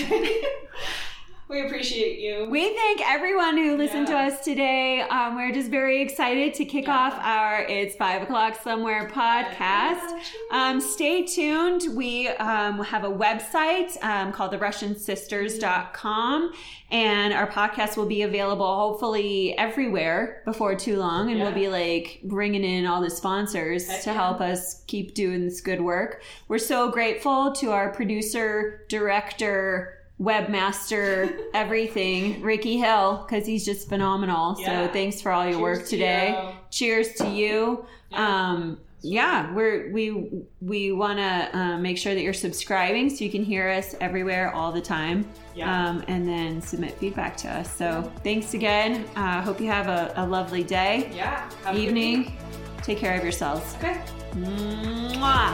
[SPEAKER 2] we appreciate you.
[SPEAKER 1] We thank everyone who listened
[SPEAKER 2] Yeah.
[SPEAKER 1] to us today. Um, we're just very excited to kick
[SPEAKER 2] Yeah.
[SPEAKER 1] off our It's Five O'Clock Somewhere podcast. Um, stay tuned. We um, have a website um, called therussiansisters.com, and our podcast will be available hopefully everywhere before too long. And
[SPEAKER 2] Yeah.
[SPEAKER 1] we'll be like bringing in all the sponsors
[SPEAKER 2] Heck
[SPEAKER 1] to
[SPEAKER 2] yeah.
[SPEAKER 1] help us keep doing this good work. We're so grateful to our producer, director, webmaster, everything, Ricky Hill, because he's just phenomenal.
[SPEAKER 2] Yeah.
[SPEAKER 1] So thanks for all your work
[SPEAKER 2] Cheers to
[SPEAKER 1] today.
[SPEAKER 2] you.
[SPEAKER 1] Cheers to you
[SPEAKER 2] Yeah.
[SPEAKER 1] um yeah we're we we want to uh, make sure that you're subscribing so you can hear us everywhere all the time
[SPEAKER 2] yeah.
[SPEAKER 1] um, and then submit feedback to us so thanks again uh, hope you have a, a lovely day
[SPEAKER 2] yeah. Have a good week.
[SPEAKER 1] evening take care of yourselves
[SPEAKER 2] Okay.
[SPEAKER 1] Mwah.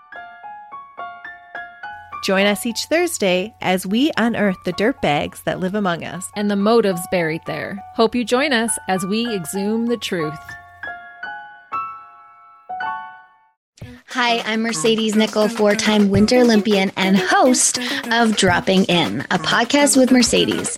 [SPEAKER 4] Join us each Thursday as we unearth the dirtbags that live among us.
[SPEAKER 5] and the motives buried there. Hope you join us as we exhume the truth.
[SPEAKER 6] Hi, I'm Mercedes Nickel, four time Winter Olympian and host of Dropping In, a podcast with Mercedes.